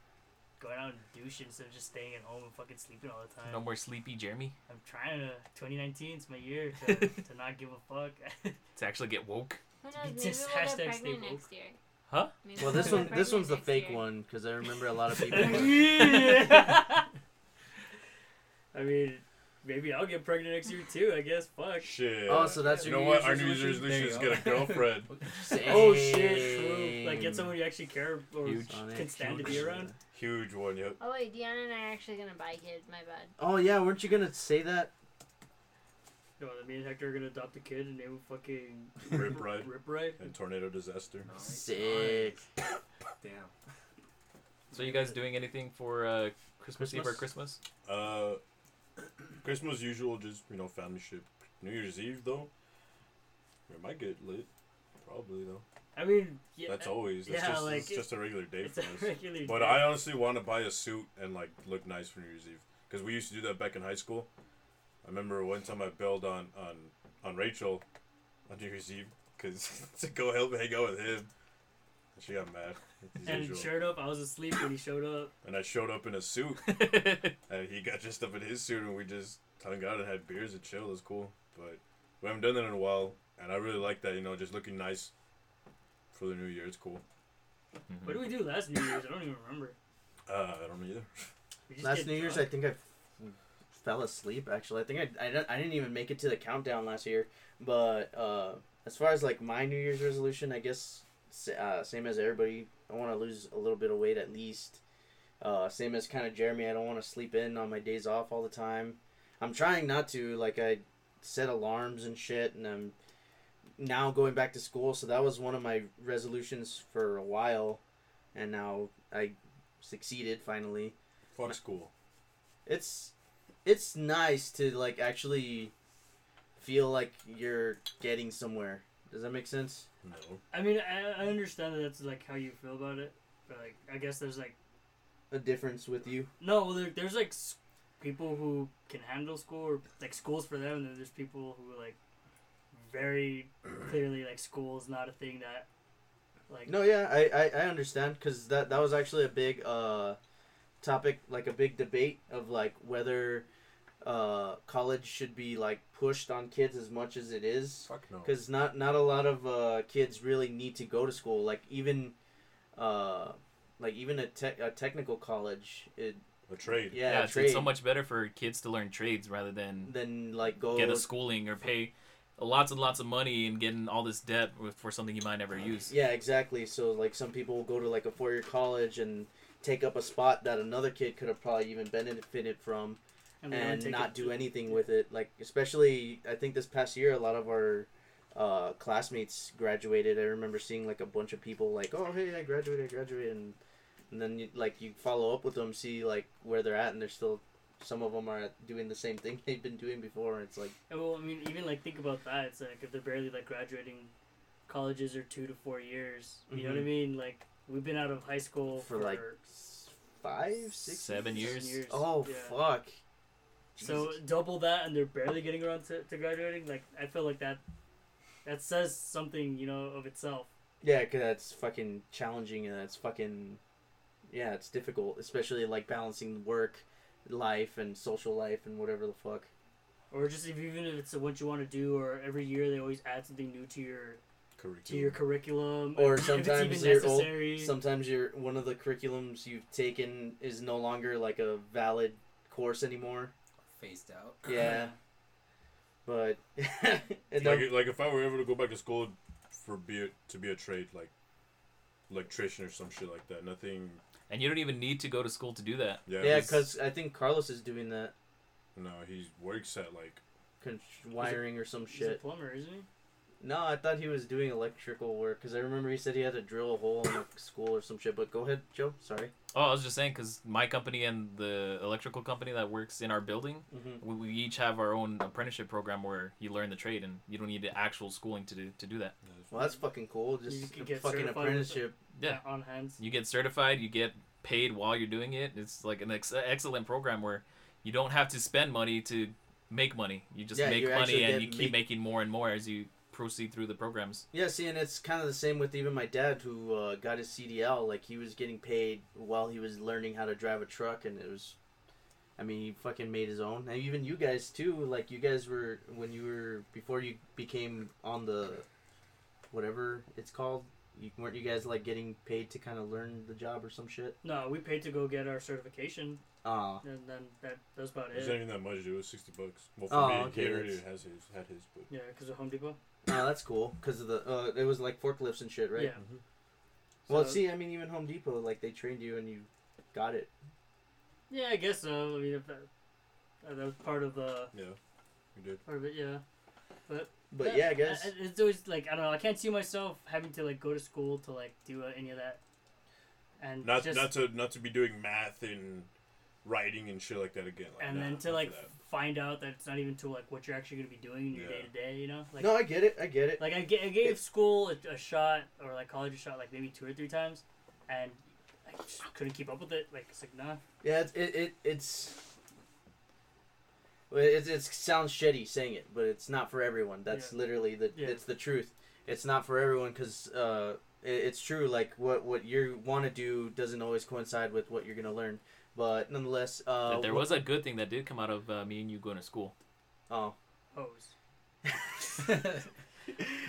going out and douching instead of just staying at home and fucking sleeping all the time.
No more sleepy Jeremy.
I'm trying to 2019. It's my year <laughs> to, to not give a <laughs> fuck.
To actually get woke.
Who knows?
You
Maybe
just
we'll get
hashtag
pregnant
stay woke.
next year.
Huh?
Maybe
Well,
we'll <laughs>
this
get
one this
pregnant
one's the
next
fake
year.
one because I remember a
<laughs>
lot of people.
<laughs> I mean, maybe I'll get pregnant next year too. I guess. Fuck.
Shit.
Oh, so that's
you
your
know
New
what?
Year's
Our New Year's
resolution?
resolution is
There you
get a girlfriend.
Oh shit! True. Like get
Same.
someone you actually care or
Huge.
can stand to be around.
Huge one, yep.
Oh wait, Deanna and I are actually gonna buy kids. My bad.
Oh yeah, weren't you gonna say that?
No, me and Hector are gonna adopt a kid and name him fucking
Rip right
<laughs> Rip Right.
and tornado disaster.
Nice,
Sick.
nice. Damn.
So you guys doing anything for uh, Christmas Eve or Christmas?
Uh, Christmas usual, just you know family shit. New Year's Eve though, it might get lit. Probably though.
I mean, yeah.
That's always. That's
yeah,
just,
like,
it's just a regular day
It's
for
a <laughs>
us.
regular.
But
day.
I honestly want to buy a suit and like look nice for New Year's Eve because we used to do that back in high school. I remember one time I bailed on on on Rachel on New Year's Eve because <laughs> to go help hang out with him. And She got mad. as
and
usual.
sure enough, I was asleep when he showed up.
and I showed up in a suit.
<laughs>
And he got dressed up in his suit, and we just hung out and had beers and chill. It was cool, but we haven't done that in a while, and I really like that. You know, just looking nice for the new year. It's cool.
What did we do last New Year's? I don't even remember.
Uh, I don't know either.
We just
Last
get
New Year's, I
drunk.
think I f- fell asleep. Actually, I think I, I, don't- I didn't even make it to the countdown last year. But uh, as far as like my New Year's resolution, I guess s- uh, same as everybody. I want to lose a little bit of weight at least. Uh, same as kind of Jeremy. I don't want to sleep in on my days off all the time. I'm trying not to. Like I set alarms and shit, and I'm now going back to school. So that was one of my resolutions for a while, and now I succeeded finally
Fuck school.
it's it's nice to like actually feel like you're getting somewhere. Does that make sense?
No.
I mean, I, I understand that that's like how you feel about it, but like, I guess there's like
A difference with you?
no, well, there, there's like s- people who can handle school or like schools for them, and then there's people who like very clearly like school is not a thing that like
No, yeah, I I, I understand because that that was actually a big uh topic, like a big debate of like whether uh college should be like pushed on kids as much as it is
Fuck no.
because not not a lot of uh, kids really need to go to school. Like even, uh, like even a, te- a technical college, it
A trade.
yeah,
it's- it's so
trade.
much better for kids to learn trades rather than
then like go
get a schooling or pay lots and lots of money and get in all this debt with- for something you might never use.
Oh, yeah exactly so like some people will go to like a four-year college and take up a spot that another kid could have probably even benefited from
they only
and
take
not
it-
do anything with it like especially i think this past year a lot of our uh, classmates graduated i remember seeing like a bunch of people like oh hey i graduated i graduated and, and then you, like you follow up with them see like where they're at and they're still some of them are at- doing the same thing <laughs> they've been doing before and it's like
Yeah, Well, I mean, even like think about that. It's like if they're barely like graduating, colleges are two to four years. You know what I
Mhm.
mean? Like we've been out of high school
For, like, s- five six
Seven years.
oh
Yeah.
fuck
So double that, and they're barely getting around to, to graduating. Like I feel like that, that says something, you know, of itself.
Yeah, 'cause that's fucking challenging and that's fucking yeah, it's difficult, especially like balancing work life and social life and whatever the fuck.
Or just if, even if it's what you want to do, or every year they always add something new to your to your
Curriculum.
curriculum,
Or
<laughs> if it's even
sometimes you're old-
necessary.
Sometimes you're one of the curriculums you've taken is no longer like a valid course anymore.
Phased out.
Yeah. But <laughs> it
Like,
don't-
it- like if I were ever to go back to school for be a, to be a trade like electrician or some shit like that. Nothing.
And you don't even need to go to school to do that.
Yeah.
yeah,
'cause-
cuz I think Carlos is doing that
No, he works at like
con- wiring or some
He's a
shit.
plumber, isn't he?
No, I thought he was doing electrical work because I remember he said he had to drill a hole in a school or some shit. But go ahead, Joe. Sorry.
Oh, I was just saying because my company and the electrical company that works in our building,
Mm-hmm.
Mhm.
we, we each have our own apprenticeship program where you learn the trade and you don't need the actual schooling to do to do that.
Well, that's fucking cool.
You
Just
could
a
get
fucking
certified with
apprenticeship.
Yeah.
on hands.
You get certified, you get paid while you're doing it. It's like an ex- excellent program where you don't have to spend money to make money. You just
Yeah,
make
you actually
money and
get
you keep
make-
making more and more as you proceed through the programs.
Yeah, see, and it's kind of the same with even my dad who uh, got his CDL. Like he was getting paid while he was learning how to drive a truck, and it was, I mean, he fucking made his own. And even you guys too. Like you guys were when you were before you became on the, whatever it's called. You, weren't you guys like getting paid to kind of learn the job or some shit?
No, we paid to go get our certification,
Uh
and then that that's about
It's not
it.
even that much. It was sixty bucks. Well, for
Oh,
me,
okay,
Gatorade
that's-
has his had his, but
Yeah, because of Home Depot.
no, that's cool because of the uh, it was like forklifts and shit, right? Mm-hmm.
Yeah.
Well,
So-
see, I mean, even Home Depot, like they trained you and you got it.
Yeah, I guess so. I mean, if that, uh, that was part of the
yeah, we did.
part of it. Yeah.
But yeah, I guess.
it's always like I don't know. I can't see myself having to like go to school to like do uh, any of that. And
Not
just,
not to not to be doing math and writing and shit like that again. Like,
and
nah,
then
not
to
for
like
that.
find out that it's not even to like what you're actually gonna be doing in your
Yeah.
day to day. You know, like
no, I get it. I get it.
like I, ga- I gave school a, a shot or like college a shot like maybe two or three times, and I just couldn't keep up with it. Like it's like nah.
Yeah, it's, it, it it's well, it, it sounds shitty saying it, but it's not for everyone. That's
Yeah.
literally the
Yeah.
it's the truth. It's not for everyone because uh, it, it's true. Like what what you want to do doesn't always coincide with what you're gonna learn. But nonetheless, uh,
But there
wha-
was a good thing that did come out of uh, me and you going to school.
oh <laughs>
Hose.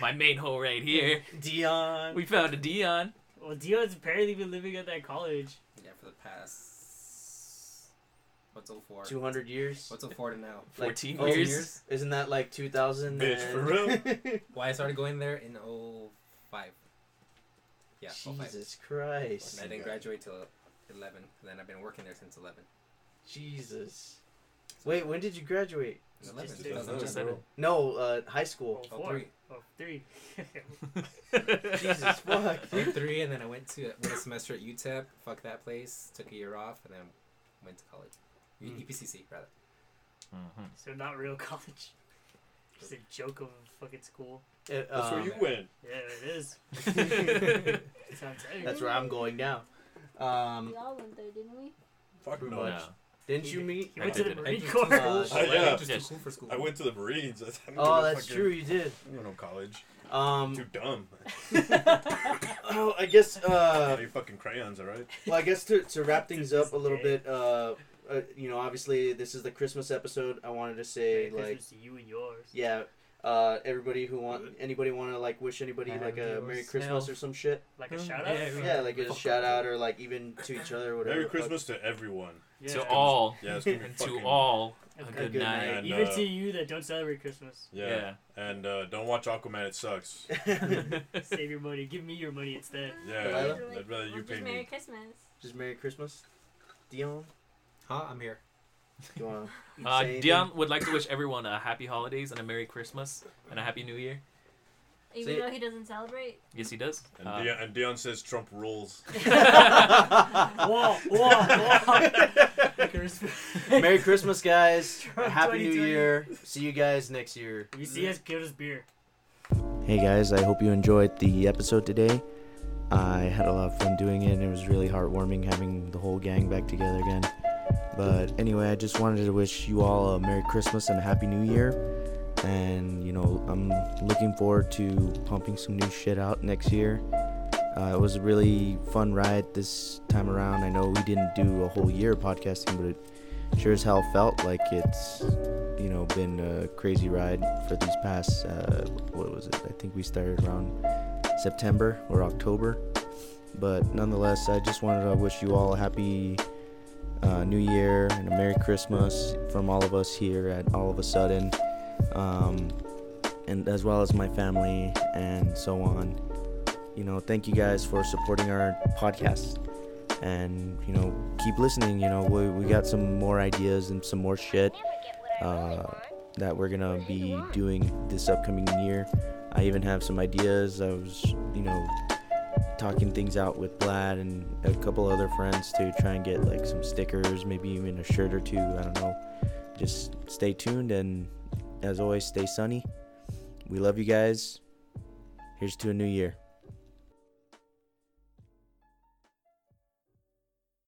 My main hole right here.
Dion.
We found a Dion.
Well, Dion's barely been living at that college.
Yeah, for the past what's 04?
Two hundred years.
What's 04 to now?
Like,
14
oh,
years.
Isn't that like two thousand?
Bitch, for
<laughs>
real?
Why I started going there in 05. Yeah, 05.
Jesus
And
Christ.
I didn't graduate till 11. And then I've been working there since 11.
Jesus. Wait, when did you graduate?
And 11
Just-
doesn't
just
matter.
said it.
No, uh, high school.
<laughs>
Oh,
Oh,
four.
three.
Oh, three. <laughs>
Jesus
<laughs>
fuck. <laughs>
Oh, three, and then I went to went a semester at UTEP. Fuck that place. Took a year off, and then went to college. E U-
Hmm.
EPCC rather.
Mhm.
so not real <laughs> college. Just a joke of a fucking school.
It,
That's where
um,
you went.
Yeah, it is. That's what I'm telling you.
That's where I'm going now. Um,
We all went there, didn't we?
Fuck
pretty
no.
much. Didn't you meet?
<laughs>
He
I
went to the
did it.
Marine
I
Corps.
Uh,
Just too cool.
yeah.
I'm just
Yes.
too cool for school.
I went to the Marines. <laughs> I didn't go
Oh,
to
that's
fucking-
true. You did.
I don't know college.
Um,
Too dumb.
<coughs>
<laughs>
oh, I guess. Uh,
All your fucking crayons, all right?
well, I guess to, to wrap things up a little bit. Uh, uh, you know, obviously this is the Christmas episode. I wanted to say
Merry
like,
Christmas to you and yours.
yeah. Uh, everybody who want anybody want to like wish anybody like a Merry Christmas or some shit.
Like a shout out.
Yeah, like a shout out or like even to each other. Or whatever.
Merry
Fuck.
Christmas to everyone.
Yeah.
To all.
Yeah, it's gonna be
<laughs> And
fucking.
to all, a
Okay.
good
Good
night.
night. And,
Even
uh,
to you that don't celebrate
<laughs>
Christmas,
Yeah.
yeah.
And uh, don't watch Aquaman. It sucks.
<laughs>
save your money. Give me your
<laughs>
money instead.
Yeah,
Delilah?
I'd rather
Well,
you
just
pay
Merry
me.
Christmas.
Just Merry Christmas, Dion.
Huh? I'm here.
You want
Uh,
Say anything.
Dion would like to wish everyone a happy holidays and a Merry Christmas and a happy New Year.
Even
See-
though he doesn't celebrate.
Yes, he does.
And,
Uh,
Dion, and Dion says Trump rules.
Whoa, whoa, whoa. Like a respect-
<laughs> Merry Christmas, guys.
Trump
Happy New
2020.
Year. See you guys next year.
you see us, give us beer.
Hey guys, I hope you enjoyed the episode today. I had a lot of fun doing it, and it was really heartwarming having the whole gang back together again. But anyway, I just wanted to wish you all a Merry Christmas and a Happy New Year. And, you know, I'm looking forward to pumping some new shit out next year. Uh, it was a really fun ride this time around. I know we didn't do a whole year of podcasting, but it sure as hell felt like it's you know been a crazy ride for these past uh, what was it i think we started around september or october but nonetheless i just wanted to wish you all a happy uh, new year and a merry christmas from all of us here at all of a sudden um, and as well as my family and so on you know thank you guys for supporting our podcast and you know keep listening you know we, we got some more ideas and some more
Never
shit
get what I really
Uh,
want.
that we're gonna be doing this upcoming year. I even have some ideas. I was, you know, talking things out with Vlad and a couple other friends to try and get like some stickers, maybe even a shirt or two. I don't know. Just stay tuned and as always, stay sunny. We love you guys. Here's to a new year.